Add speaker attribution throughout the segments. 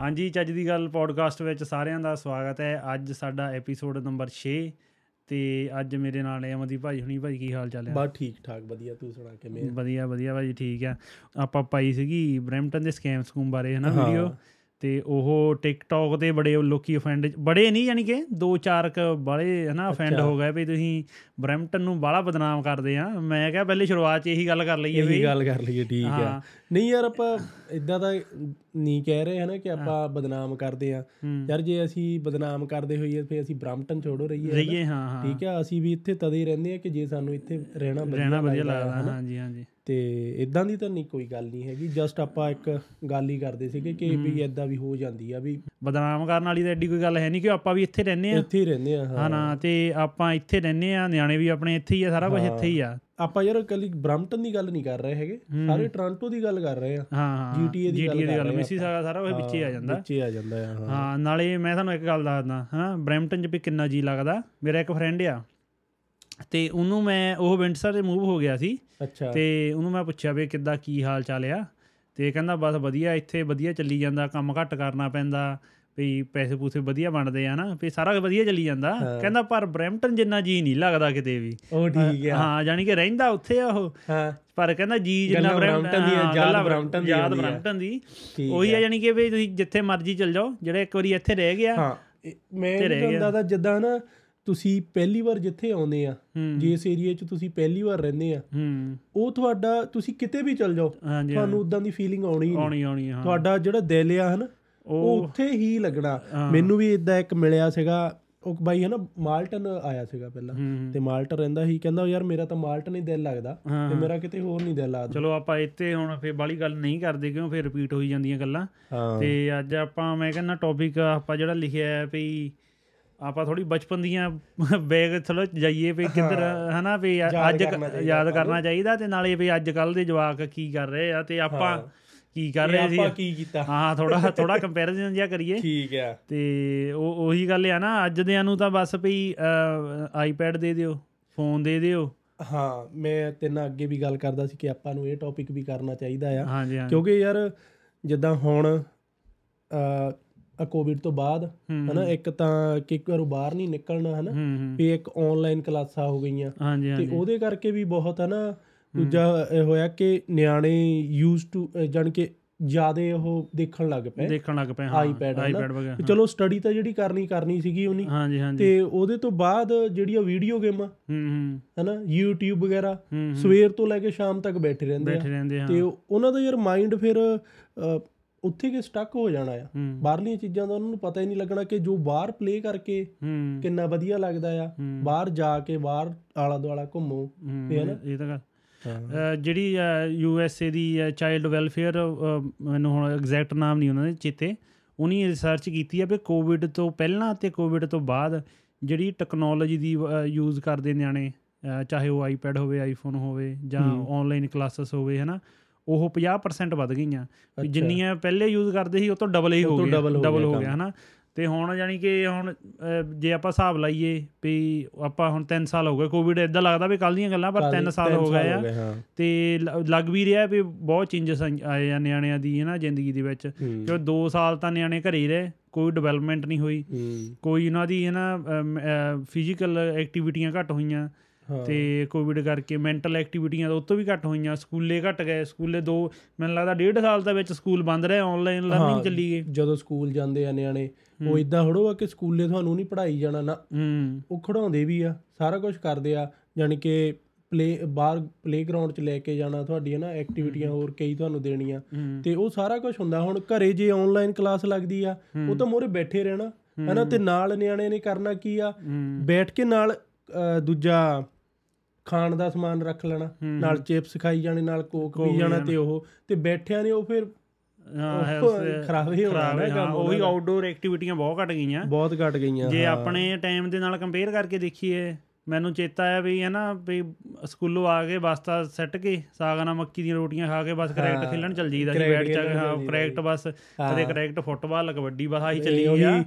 Speaker 1: ਹਾਂਜੀ ਚੱਜ ਦੀ ਗੱਲ ਪੋਡਕਾਸਟ ਵਿੱਚ ਸਾਰਿਆਂ ਦਾ ਸਵਾਗਤ ਹੈ ਅੱਜ ਸਾਡਾ ਐਪੀਸੋਡ ਨੰਬਰ 6 ਤੇ ਅੱਜ ਮੇਰੇ ਨਾਲ ਹੈ ਅਮਨਦੀਪ ਭਾਈ ਹੁਣੀ ਭਾਈ ਕੀ ਹਾਲ ਚਾਲ ਹੈ
Speaker 2: ਬਸ ਠੀਕ ਠਾਕ ਵਧੀਆ ਤੂੰ ਸੁਣਾ ਕਿਵੇਂ
Speaker 1: ਵਧੀਆ ਵਧੀਆ ਭਾਈ ਠੀਕ ਆ ਆਪਾਂ ਪਾਈ ਸੀਗੀ ਬ੍ਰੈਂਪਟਨ ਦੇ ਸਕੈਮ ਸਕੂਮ ਬਾਰੇ ਹੈ ਨਾ
Speaker 2: ਹਾਂ।
Speaker 1: ਵੀਡੀਓ ਤੇ ਉਹ ਟਿਕਟੌਕ ਤੇ ਬੜੇ ਲੋਕੀ ਅਫੈਂਡ ਬੜੇ ਨਹੀਂ ਯਾਨੀ ਕਿ ਦੋ ਚਾਰ ਕ ਬੜੇ ਹਨਾ ਅਫੈਂਡ
Speaker 2: ਅੱਛਾ।
Speaker 1: ਹੋ ਗਏ ਵੀ ਤੁਸੀਂ ਬ੍ਰੈਂਪਟਨ ਨੂੰ ਬਾਹਲਾ ਬਦਨਾਮ ਕਰਦੇ ਆ ਮੈਂ ਕਿਹਾ ਪਹਿਲੇ ਸ਼ੁਰੂਆਤ 'ਚ ਇਹੀ ਗੱਲ ਕਰ ਲਈਏ
Speaker 2: ਇਹੀ
Speaker 1: ਵੀ
Speaker 2: ਗੱਲ ਕਰ ਲਈਏ ਠੀਕ
Speaker 1: ਹਾਂ।
Speaker 2: ਆ ਨਹੀਂ ਯਾਰ ਆਪਾਂ ਇਦਾਂ ਦਾ ਨਹੀਂ ਕਹਿ ਰਹੇ ਹਨਾ ਕਿ ਆਪਾਂ ਬਦਨਾਮ ਕਰਦੇ ਆ
Speaker 1: ਹੂੰ।
Speaker 2: ਯਾਰ ਜੇ ਅਸੀਂ ਬਦਨਾਮ ਕਰਦੇ ਹੋਈਏ ਫੇ ਅਸੀਂ ਬ੍ਰੈਂਪਟਨ ਛੋੜੋ ਰਹੀਏ ਹਨਾ।
Speaker 1: ਰਹੀਏ ਹਾਂ ਹਾਂ
Speaker 2: ਠੀਕ ਆ ਅਸੀਂ ਵੀ ਇੱਥੇ ਤਦੇ ਰਹਿੰਦੇ ਆ ਕਿ ਜੇ ਸਾਨੂੰ ਇੱਥੇ ਰਹਿਣਾ
Speaker 1: ਰਹਿਣਾ ਵਧੀਆ
Speaker 2: ਆ,
Speaker 1: ਲੱਗਦਾ
Speaker 2: ਹਨਾ।
Speaker 1: ਹਾਂਜੀ ਹਾਂਜੀ
Speaker 2: ਤੇ ਇਦਾਂ ਦੀ ਤਾਂ ਨਹੀਂ ਕੋਈ ਗੱਲ ਨਹੀਂ ਹੈਗੀ ਜਸਟ ਆਪਾਂ ਇੱਕ ਗੱਲ ਹੀ ਕਰਦੇ ਸੀਗੇ ਕਿ ਵੀ ਇਦਾਂ ਵੀ ਹੋ ਜਾਂਦੀ ਆ ਵੀ
Speaker 1: ਬਦਨਾਮ ਕਰਨ ਵਾਲੀ ਤਾਂ ਐਡੀ ਕੋਈ ਗੱਲ ਹੈ ਨਹੀਂ ਕਿ ਆਪਾਂ ਵੀ ਇੱਥੇ ਰਹਿੰਦੇ ਆ
Speaker 2: ਇੱਥੇ ਹੀ ਰਹਿੰਦੇ ਆ ਹਾਂ
Speaker 1: ਹਨਾ ਤੇ ਆਪਾਂ ਇੱਥੇ ਰਹਿੰਦੇ ਆ ਨਿਆਣੇ ਵੀ ਆਪਣੇ ਇੱਥੇ ਹੀ ਆ ਸਾਰਾ ਕੁਝ ਇੱਥੇ ਹੀ ਆ
Speaker 2: ਆਪਾਂ ਯਾਰ ਕੱਲੀ ਬ੍ਰੈਂਪਟਨ ਦੀ ਗੱਲ ਨਹੀਂ ਕਰ ਰਹੇ ਹੈਗੇ ਸਾਰੇ ਟ੍ਰਾਂਟੋ ਦੀ ਗੱਲ ਕਰ ਰਹੇ ਆ
Speaker 1: ਹਾਂ ਹਾਂ
Speaker 2: GTA ਦੀ ਗੱਲ
Speaker 1: GTA
Speaker 2: ਕਰ
Speaker 1: ਗੱਲ
Speaker 2: ਰਹੇ
Speaker 1: ਮਿਸੀ ਸਾਰਾ ਸਾਰਾ ਉਹ ਵਿੱਚੇ ਆ ਜਾਂਦਾ
Speaker 2: ਵਿੱਚੇ ਆ ਜਾਂਦਾ ਆ ਹਾਂ
Speaker 1: ਹਾਂ ਨਾਲੇ ਮੈਂ ਤੁਹਾਨੂੰ ਇੱਕ ਗੱਲ ਦੱਸਦਾ ਹਾਂ ਬ੍ਰੈਂਪਟਨ 'ਚ ਵੀ ਕਿੰਨਾ ਜੀ ਲੱਗਦਾ ਮੇਰਾ ਇੱਕ ਫਰੈਂਡ ਆ ਤੇ ਉਹਨੂੰ ਮੈਂ ਉਹ ਵਿੰਡਸਰ ਤੇ ਮੂਵ ਹੋ ਗਿਆ ਸੀ
Speaker 2: ਅੱਛਾ
Speaker 1: ਤੇ ਉਹਨੂੰ ਮੈਂ ਪੁੱਛਿਆ ਵੀ ਕਿੱਦਾਂ ਕੀ ਹਾਲ ਚਾਲ ਆ ਤੇ ਕਹਿੰਦਾ ਬਸ ਵਧੀਆ ਇੱਥੇ ਵਧੀਆ ਚੱਲੀ ਜਾਂਦਾ ਕੰਮ ਘੱਟ ਕਰਨਾ ਪੈਂਦਾ ਵੀ ਪੈਸੇ ਪੂਸੇ ਵਧੀਆ ਬਣਦੇ ਆ ਨਾ ਵੀ ਸਾਰਾ ਵਧੀਆ ਚੱਲੀ ਜਾਂਦਾ ਕਹਿੰਦਾ ਪਰ ਬ੍ਰੈਂਪਟਨ ਜਿੰਨਾ ਜੀ ਨਹੀਂ ਲੱਗਦਾ ਕਿਤੇ ਵੀ
Speaker 2: ਉਹ ਠੀਕ ਆ
Speaker 1: ਹਾਂ ਜਾਣੀ ਕਿ ਰਹਿੰਦਾ ਉੱਥੇ ਆ ਉਹ
Speaker 2: ਹਾਂ
Speaker 1: ਪਰ ਕਹਿੰਦਾ ਜੀ ਜਿੰਨਾ
Speaker 2: ਗੱਲਾਂ ਬ੍ਰੈਂਪਟਨ ਦੀਆਂ,
Speaker 1: ਹਾਂ,
Speaker 2: ਯਾਦ
Speaker 1: ਗੱਲਾਂ
Speaker 2: ਬ੍ਰੈਂਪਟਨ ਦੀਆਂ
Speaker 1: ਯਾਦ
Speaker 2: ਹੁੰਦੀਆਂ।
Speaker 1: ਬ੍ਰੈਂਪਟਨ ਦੀ
Speaker 2: ਠੀਕ
Speaker 1: ਉਹੀ ਆ ਜਾਣੀ ਕਿ ਵੀ ਤੁਸੀਂ ਜਿੱਥੇ ਮਰਜ਼ੀ ਚਲ ਜਾਓ ਜਿਹੜਾ ਇੱਕ ਵਾਰੀ ਇੱਥੇ ਰਹਿ ਗਿਆ
Speaker 2: ਹਾਂ ਇਹ- ਮੈਂ ਤੁਹਾਨੂੰ ਦੱਸਦਾ ਜਿੱਦਾਂ ਨਾ ਤੁਸੀਂ ਪਹਿਲੀ ਵਾਰ ਜਿੱਥੇ ਆਉਂਦੇ ਆ
Speaker 1: ਹੂੰ।
Speaker 2: ਜਿਸ ਏਰੀਆ 'ਚ ਤੁਸੀਂ ਪਹਿਲੀ ਵਾਰ ਰਹਿੰਦੇ ਆ
Speaker 1: ਹੂੰ
Speaker 2: ਉਹ ਤੁਹਾਡਾ ਤੁਸੀਂ ਕਿਤੇ ਵੀ ਚਲ ਜਾਓ
Speaker 1: ਹਾਂਜੀ
Speaker 2: ਤੁਹਾਨੂੰ ਉਦਾਂ ਦੀ ਫੀਲਿੰਗ ਆਉਣੀ ਹੀ ਨਹੀਂ
Speaker 1: ਆਉਣੀ ਆਉਣੀ ਹਾਂ
Speaker 2: ਤੁਹਾਡਾ ਜਿਹੜਾ ਦਿਲ ਆ ਹਨ ਉਹ ਉੱਥੇ ਹੀ ਲੱਗਣਾ ਮੈਨੂੰ ਵੀ ਇਦਾਂ ਇੱਕ ਮਿਲਿਆ ਸੀਗਾ ਉਹ ਬਾਈ ਹੈ ਨਾ ਮਾਲਟਨ ਆਇਆ ਸੀਗਾ ਪਹਿਲਾਂ
Speaker 1: ਹੂੰ
Speaker 2: ਤੇ ਮਾਲਟਨ ਰਹਿੰਦਾ ਸੀ ਕਹਿੰਦਾ ਯਾਰ ਮੇਰਾ ਤਾਂ ਮਾਲਟਨ ਹੀ ਦਿਲ ਲੱਗਦਾ
Speaker 1: ਹਾਂ,
Speaker 2: ਤੇ ਮੇਰਾ ਕਿਤੇ ਹੋਰ ਨਹੀਂ ਦਿਲ ਲੱਗਦਾ
Speaker 1: ਚਲੋ ਆਪਾਂ ਇੱਥੇ ਹੁਣ ਫੇਰ ਬਾਲੀ ਗੱਲ ਨਹੀਂ ਕਰਦੇ ਕਿਉਂ ਫੇਰ ਰਿਪੀਟ ਹੋਈ ਜਾਂਦੀਆਂ ਗੱਲਾਂ
Speaker 2: ਹਾਂ
Speaker 1: ਤੇ ਅੱਜ ਆਪਾਂ ਮੈਂ ਕਹਿੰਦਾ ਟੌਪਿਕ ਆਪਾਂ ਜਿਹੜਾ ਲਿਖਿਆ ਹੈ ਵੀ ਆਪਾਂ ਥੋੜੀ ਬਚਪਨ ਦੀਆਂ ਬੈਗ ਥੋੜਾ ਜਾਈਏ ਵੀ ਕਿੱਧਰ ਹਨਾ ਵੀ ਅ- ਅੱਜ ਯਾਦ ਕਰਨਾ ਚਾਹੀਦਾ ਤੇ ਨਾਲੇ ਵੀ ਅੱਜ ਕੱਲ ਦੇ ਜਵਾਕ ਕੀ ਕਰ ਰਹੇ ਆ ਤੇ ਆਪਾਂ ਕੀ ਕਰ ਰਹੇ ਸੀ
Speaker 2: ਆਪਾਂ ਕੀ ਕੀਤਾ
Speaker 1: ਹਾਂ ਥੋੜਾ ਥੋੜਾ ਕੰਪੈਰੀਜ਼ਨ ਜਿਹਾ ਕਰੀਏ
Speaker 2: ਠੀਕ ਆ
Speaker 1: ਤੇ ਉਹ ਉਹੀ ਗੱਲ ਆ ਨਾ ਅੱਜ ਦਿਆਂ ਨੂੰ ਤਾਂ ਬਸ ਵੀ ਆਈਪੈਡ ਦੇ ਦਿਓ ਫੋਨ ਦੇ ਦਿਓ
Speaker 2: ਹਾਂ ਮੈਂ ਤੇਨਾਂ ਅੱਗੇ ਵੀ ਗੱਲ ਕਰਦਾ ਸੀ ਕਿ ਆਪਾਂ ਨੂੰ ਇਹ ਟੌਪਿਕ ਵੀ ਕਰਨਾ ਚਾਹੀਦਾ ਆ
Speaker 1: ਹਾਂਜੀ ਹਾਂਜੀ
Speaker 2: ਕਿਉਂਕਿ ਯਾਰ ਜਿੱਦਾਂ ਹੁਣ ਆ ਕੋਵਿਡ ਤੋਂ ਬਾਅਦ
Speaker 1: ਹੂੰ,
Speaker 2: ਹਨਾ ਇੱਕ ਤਾਂ ਕਿ ਘਰੋਂ ਬਾਹਰ ਨਹੀਂ ਨਿਕਲਣਾ ਹਨਾ
Speaker 1: ਹੂੰ ਹੂੰ
Speaker 2: ਵੀ ਇੱਕ ਆਨਲਾਈਨ ਕਲਾਸਾਂ ਹੋ ਗਈਆਂ
Speaker 1: ਹਾਂਜੀ
Speaker 2: ਤੇ
Speaker 1: ਹਾਂਜੀ
Speaker 2: ਉਹਦੇ ਕਰਕੇ ਵੀ ਬਹੁਤ ਹਨਾ ਦੂਜਾ ਇਹ ਹੋਇਆ ਕਿ ਨਿਆਣੇ ਯੂਜ਼ ਟੂ ਜਾਣ ਕੇ ਜਿਆਦੇ ਉਹ ਦੇਖਣ ਲੱਗ ਪਏ
Speaker 1: ਦੇਖਣ ਲੱਗ ਪਏ
Speaker 2: iPad ਹੈ ਨਾ?
Speaker 1: iPad ਵਗੈਰਾ
Speaker 2: ਤੇ ਚਲੋ ਸਟੱਡੀ ਤਾਂ ਜਿਹੜੀ ਕਰਨੀ ਕਰਨੀ ਸੀਗੀ ਉਹਨੀ
Speaker 1: ਹਾਂਜੀ ਹਾਂਜੀ
Speaker 2: ਤੇ ਉਹਦੇ ਤੋਂ ਬਾਅਦ ਜਿਹੜੀਆਂ ਵੀਡੀਓ ਗੇਮਾਂ
Speaker 1: ਹੂੰ ਹੂੰ
Speaker 2: ਹਨਾ YouTube ਵਗੈਰਾ
Speaker 1: ਹੂੰ ਹੂੰ,
Speaker 2: ਸਵੇਰ ਤੋਂ ਲੈ ਕੇ ਸ਼ਾਮ ਤੱਕ ਬੈਠੇ ਰਹਿੰਦੇ ਆ
Speaker 1: ਬੈਠੇ ਰਹਿੰਦੇ ਹਾਂ
Speaker 2: ਤੇ ਉਹ- ਉਹਨਾਂ ਦਾ ਯਾਰ ਮਾਈਂਡ ਫਿਰ ਅ, ਉੱਥੇ ਕਿ ਸਟਕ ਹੋ ਜਾਣਾ ਆ
Speaker 1: ਹੂੰ
Speaker 2: ਬਾਹਰਲੀਆਂ ਚੀਜ਼ਾਂ ਦਾ ਉਹਨਾਂ ਨੂੰ ਪਤਾ ਹੀ ਨਹੀਂ ਲੱਗਣਾ ਕਿ ਜੋ ਬਾਹਰ ਪਲੇ ਕਰਕੇ
Speaker 1: ਹੂੰ
Speaker 2: ਕਿੰਨਾ ਵਧੀਆ ਲੱਗਦਾ ਆ
Speaker 1: ਹੂੰ।
Speaker 2: ਬਾਹਰ ਜਾ ਕੇ ਬਾਹਰ ਆਲਾ ਦੁਆਲਾ ਘੁੰਮੋ
Speaker 1: ਹੂੰ,
Speaker 2: ਤੇ ਹੈ ਨਾ?
Speaker 1: ਇਹ ਤਾਂ ਗੱਲ ਅਹ ਜਿਹੜੀ ਯੂ ਐਸ ਏ ਦੀ ਚਾਈਲਡ ਵੈਲਫੇਅਰ ਮੈਨੂੰ ਹੁਣ ਐਗਜ਼ੈਕਟ ਨਾਮ ਨਹੀਂ ਉਹਨਾਂ ਦੇ ਚੇਤੇ ਉਹਨੀ ਰਿਸਰਚ ਕੀਤੀ ਆ ਵੀ ਕੋਵਿਡ ਤੋਂ ਪਹਿਲਾਂ ਤੇ ਕੋਵਿਡ ਤੋਂ ਬਾਅਦ ਜਿਹੜੀ ਟੈਕਨੋਲੋਜੀ ਦੀ ਯੂਜ਼ ਕਰਦੇ ਨਿਆਣੇ ਅਹ, ਚਾਹੇ ਉਹ ਆਈਪੈਡ ਹੋਵੇ ਆਈਫੋਨ ਹੋਵੇ ਜਾਂ ਆਨਲਾਈਨ ਕਲਾਸਸ ਹੋਵੇ ਹਨਾ ਉਹ 50% ਵੱਧ ਗਈਆਂ ਵੀ
Speaker 2: ਅੱਛਾ।
Speaker 1: ਜਿੰਨੀਆਂ ਪਹਿਲੇ ਯੂਜ਼ ਕਰਦੇ ਸੀ ਉਹ ਤੋਂ ਡਬਲ ਹੀ ਹੋ
Speaker 2: ਉਹ ਤੋਂ
Speaker 1: ਗਿਆ
Speaker 2: double ਹੋ
Speaker 1: ਡਬਲ
Speaker 2: ਗਿਆ
Speaker 1: ਹੋ
Speaker 2: ਕੰਮ।
Speaker 1: ਗਿਆ ਹਨਾ ਤੇ ਹੁਣ ਜਾਨੀ ਕਿ ਹੁਣ ਅਹ, ਜੇ ਆਪਾਂ ਹਿਸਾਬ ਲਾਈਏ ਵੀ ਆਪਾਂ ਹੁਣ 3 ਸਾਲ ਹੋ ਗਏ ਕੋਵਿਡ ਇਦਾਂ ਲੱਗਦਾ ਵੀ ਕੱਲ ਦੀਆਂ ਗੱਲਾਂ ਪਰ 3 ਸਾਲ ਹੋ ਗਏ ਆ
Speaker 2: ਹਾਂ
Speaker 1: ਤੇ ਲ- ਲੱਗ ਵੀ ਰਿਹਾ ਵੀ ਬਹੁਤ ਚੇਂਜਸ ਆਏ ਆ ਨਿਆਣਿਆਂ ਦੀ ਹੈ ਨਾ ਜ਼ਿੰਦਗੀ ਦੇ ਵਿੱਚ
Speaker 2: ਹੂੰ।
Speaker 1: ਕਿਉਂ 2 ਸਾਲ ਤਾਂ ਨਿਆਣੇ ਘਰੇ ਹੀ ਰਹੇ ਕੋਈ ਡਿਵੈਲਪਮੈਂਟ ਨਹੀਂ ਹੋਈ
Speaker 2: ਹੂੰ
Speaker 1: ਕੋਈ ਉਹਨਾਂ ਦੀ ਹੈ ਨਾ ਫਿਜ਼ੀਕਲ ਐਕਟੀਵਿਟੀਆਂ ਘੱਟ ਹੋਈਆਂ
Speaker 2: ਹਾਂ
Speaker 1: ਤੇ ਕੋਵਿਡ ਕਰਕੇ ਮੈਂਟਲ ਐਕਟੀਵਿਟੀਆਂ ਉਹ ਤੋਂ ਵੀ ਘੱਟ ਹੋਈਆਂ ਸਕੂਲੇ ਘੱਟ ਗਏ ਸਕੂਲੇ ਦੋ ਮੈਨੂੰ ਲੱਗਦਾ ਡੇਢ ਸਾਲ ਦਾ ਵਿੱਚ ਸਕੂਲ ਬੰਦ ਰਹੇ ਆਨਲਾਈਨ ਲਰਨਿੰਗ
Speaker 2: ਹਾਂ।
Speaker 1: ਚੱਲੀ ਗਈ
Speaker 2: ਜਦੋਂ ਸਕੂਲ ਜਾਂਦੇ ਆ ਨਿਆਣੇ ਉਹ ਇਦਾਂ ਹੜੋ ਆ ਕਿ ਸਕੂਲੇ ਤੁਹਾਨੂੰ ਨਹੀਂ ਪੜ੍ਹਾਈ ਜਾਣਾ ਨਾ
Speaker 1: ਹੂੰ
Speaker 2: ਉਹ ਖੜਾਉਂਦੇ ਵੀ ਆ ਸਾਰਾ ਕੁਝ ਕਰਦੇ ਆ ਯਾਨੀ ਕਿ ਪਲੇ ਬਾਹਰ ਪਲੇਗਰਾਉਂਡ 'ਚ ਲੈ ਕੇ ਜਾਣਾ ਤੁਹਾਡੀ ਹੈ ਨਾ ਐਕਟੀਵਿਟੀਆਂ ਹੋਰ ਕਈ ਤੁਹਾਨੂੰ ਦੇਣੀਆਂ
Speaker 1: ਹੂੰ
Speaker 2: ਤੇ ਉਹ ਸਾਰਾ ਕੁਝ ਹੁੰਦਾ ਹੁਣ ਘਰੇ ਜੇ ਆਨਲਾਈਨ ਕਲਾਸ ਲੱਗਦੀ ਆ ਉਹ ਤਾਂ ਮੋਰੇ ਬੈਠੇ ਰਹਿਣਾ ਹਨਾ ਤੇ ਨਾਲ ਨਿਆਣੇ ਨੇ ਕਰਨਾ ਕੀ ਆ
Speaker 1: ਹੂੰ
Speaker 2: ਬੈਠ ਕੇ ਨਾਲ ਅ, ਦੂਜਾ ਖਾਣ ਦਾ ਸਮਾਨ ਰੱਖ ਲੈਣਾ ਨਾਲ ਚਿਪਸ ਖਾਈ ਜਾਣੇ ਨਾਲ ਕੋਕ ਪੀ ਜਾਣਾ ਤੇ ਉਹ ਤੇ ਬੈਠਿਆਂ ਨੇ ਉਹ ਫਿਰ
Speaker 1: ਹਾਂ
Speaker 2: ਉਹ
Speaker 1: health-
Speaker 2: ਖਰਾਬ ਹੀ ਹੋਣਾ
Speaker 1: ਖਰਾਬ
Speaker 2: ਨਾ
Speaker 1: ਹੈ, ਹਾਂ,
Speaker 2: ਕੰਮ
Speaker 1: ਉਹੀ
Speaker 2: ਉਹਦਾ।
Speaker 1: ਆਊਟਡੋਰ ਐਕਟੀਵਿਟੀਆਂ ਬਹੁਤ ਘਟ ਗਈਆਂ
Speaker 2: ਬਹੁਤ ਘਟ ਗਈਆਂ
Speaker 1: ਜੇ
Speaker 2: ਹਾਂ।
Speaker 1: ਆਪਣੇ ਟਾਈਮ ਦੇ ਨਾਲ ਕੰਪੇਅਰ ਕਰਕੇ ਦੇਖੀਏ ਮੈਨੂੰ ਚੇਤਾ ਆ ਵੀ ਹੈ ਨਾ ਵੀ ਸਕੂਲੋਂ ਆ ਕੇ ਬਸਤਾ ਸੱਟ ਕੇ ਸਾਗ ਨਾਲ ਮੱਕੀ ਦੀਆਂ ਰੋਟੀਆਂ ਖਾ ਕੇ ਬਸ ਕ੍ਰਿਕਟ ਖੇਲਣ ਚੱਲ ਜੀਦਾ ਸੀ
Speaker 2: ਕ੍ਰਿਕਟ
Speaker 1: ਬੈਠ ਜਾ ਕੇ
Speaker 2: ਖੇਲਣ
Speaker 1: ਹਾਂ
Speaker 2: ਚੱਲ
Speaker 1: ਕ੍ਰਿਕਟ ਬਸ ਕਦੇ ਕ੍ਰਿਕਟ ਫੁੱਟਬਾਲ ਕਬੱਡੀ ਬਸ ਆਹੀ ਚੱਲੀ
Speaker 2: ਉਹੀ
Speaker 1: ਆ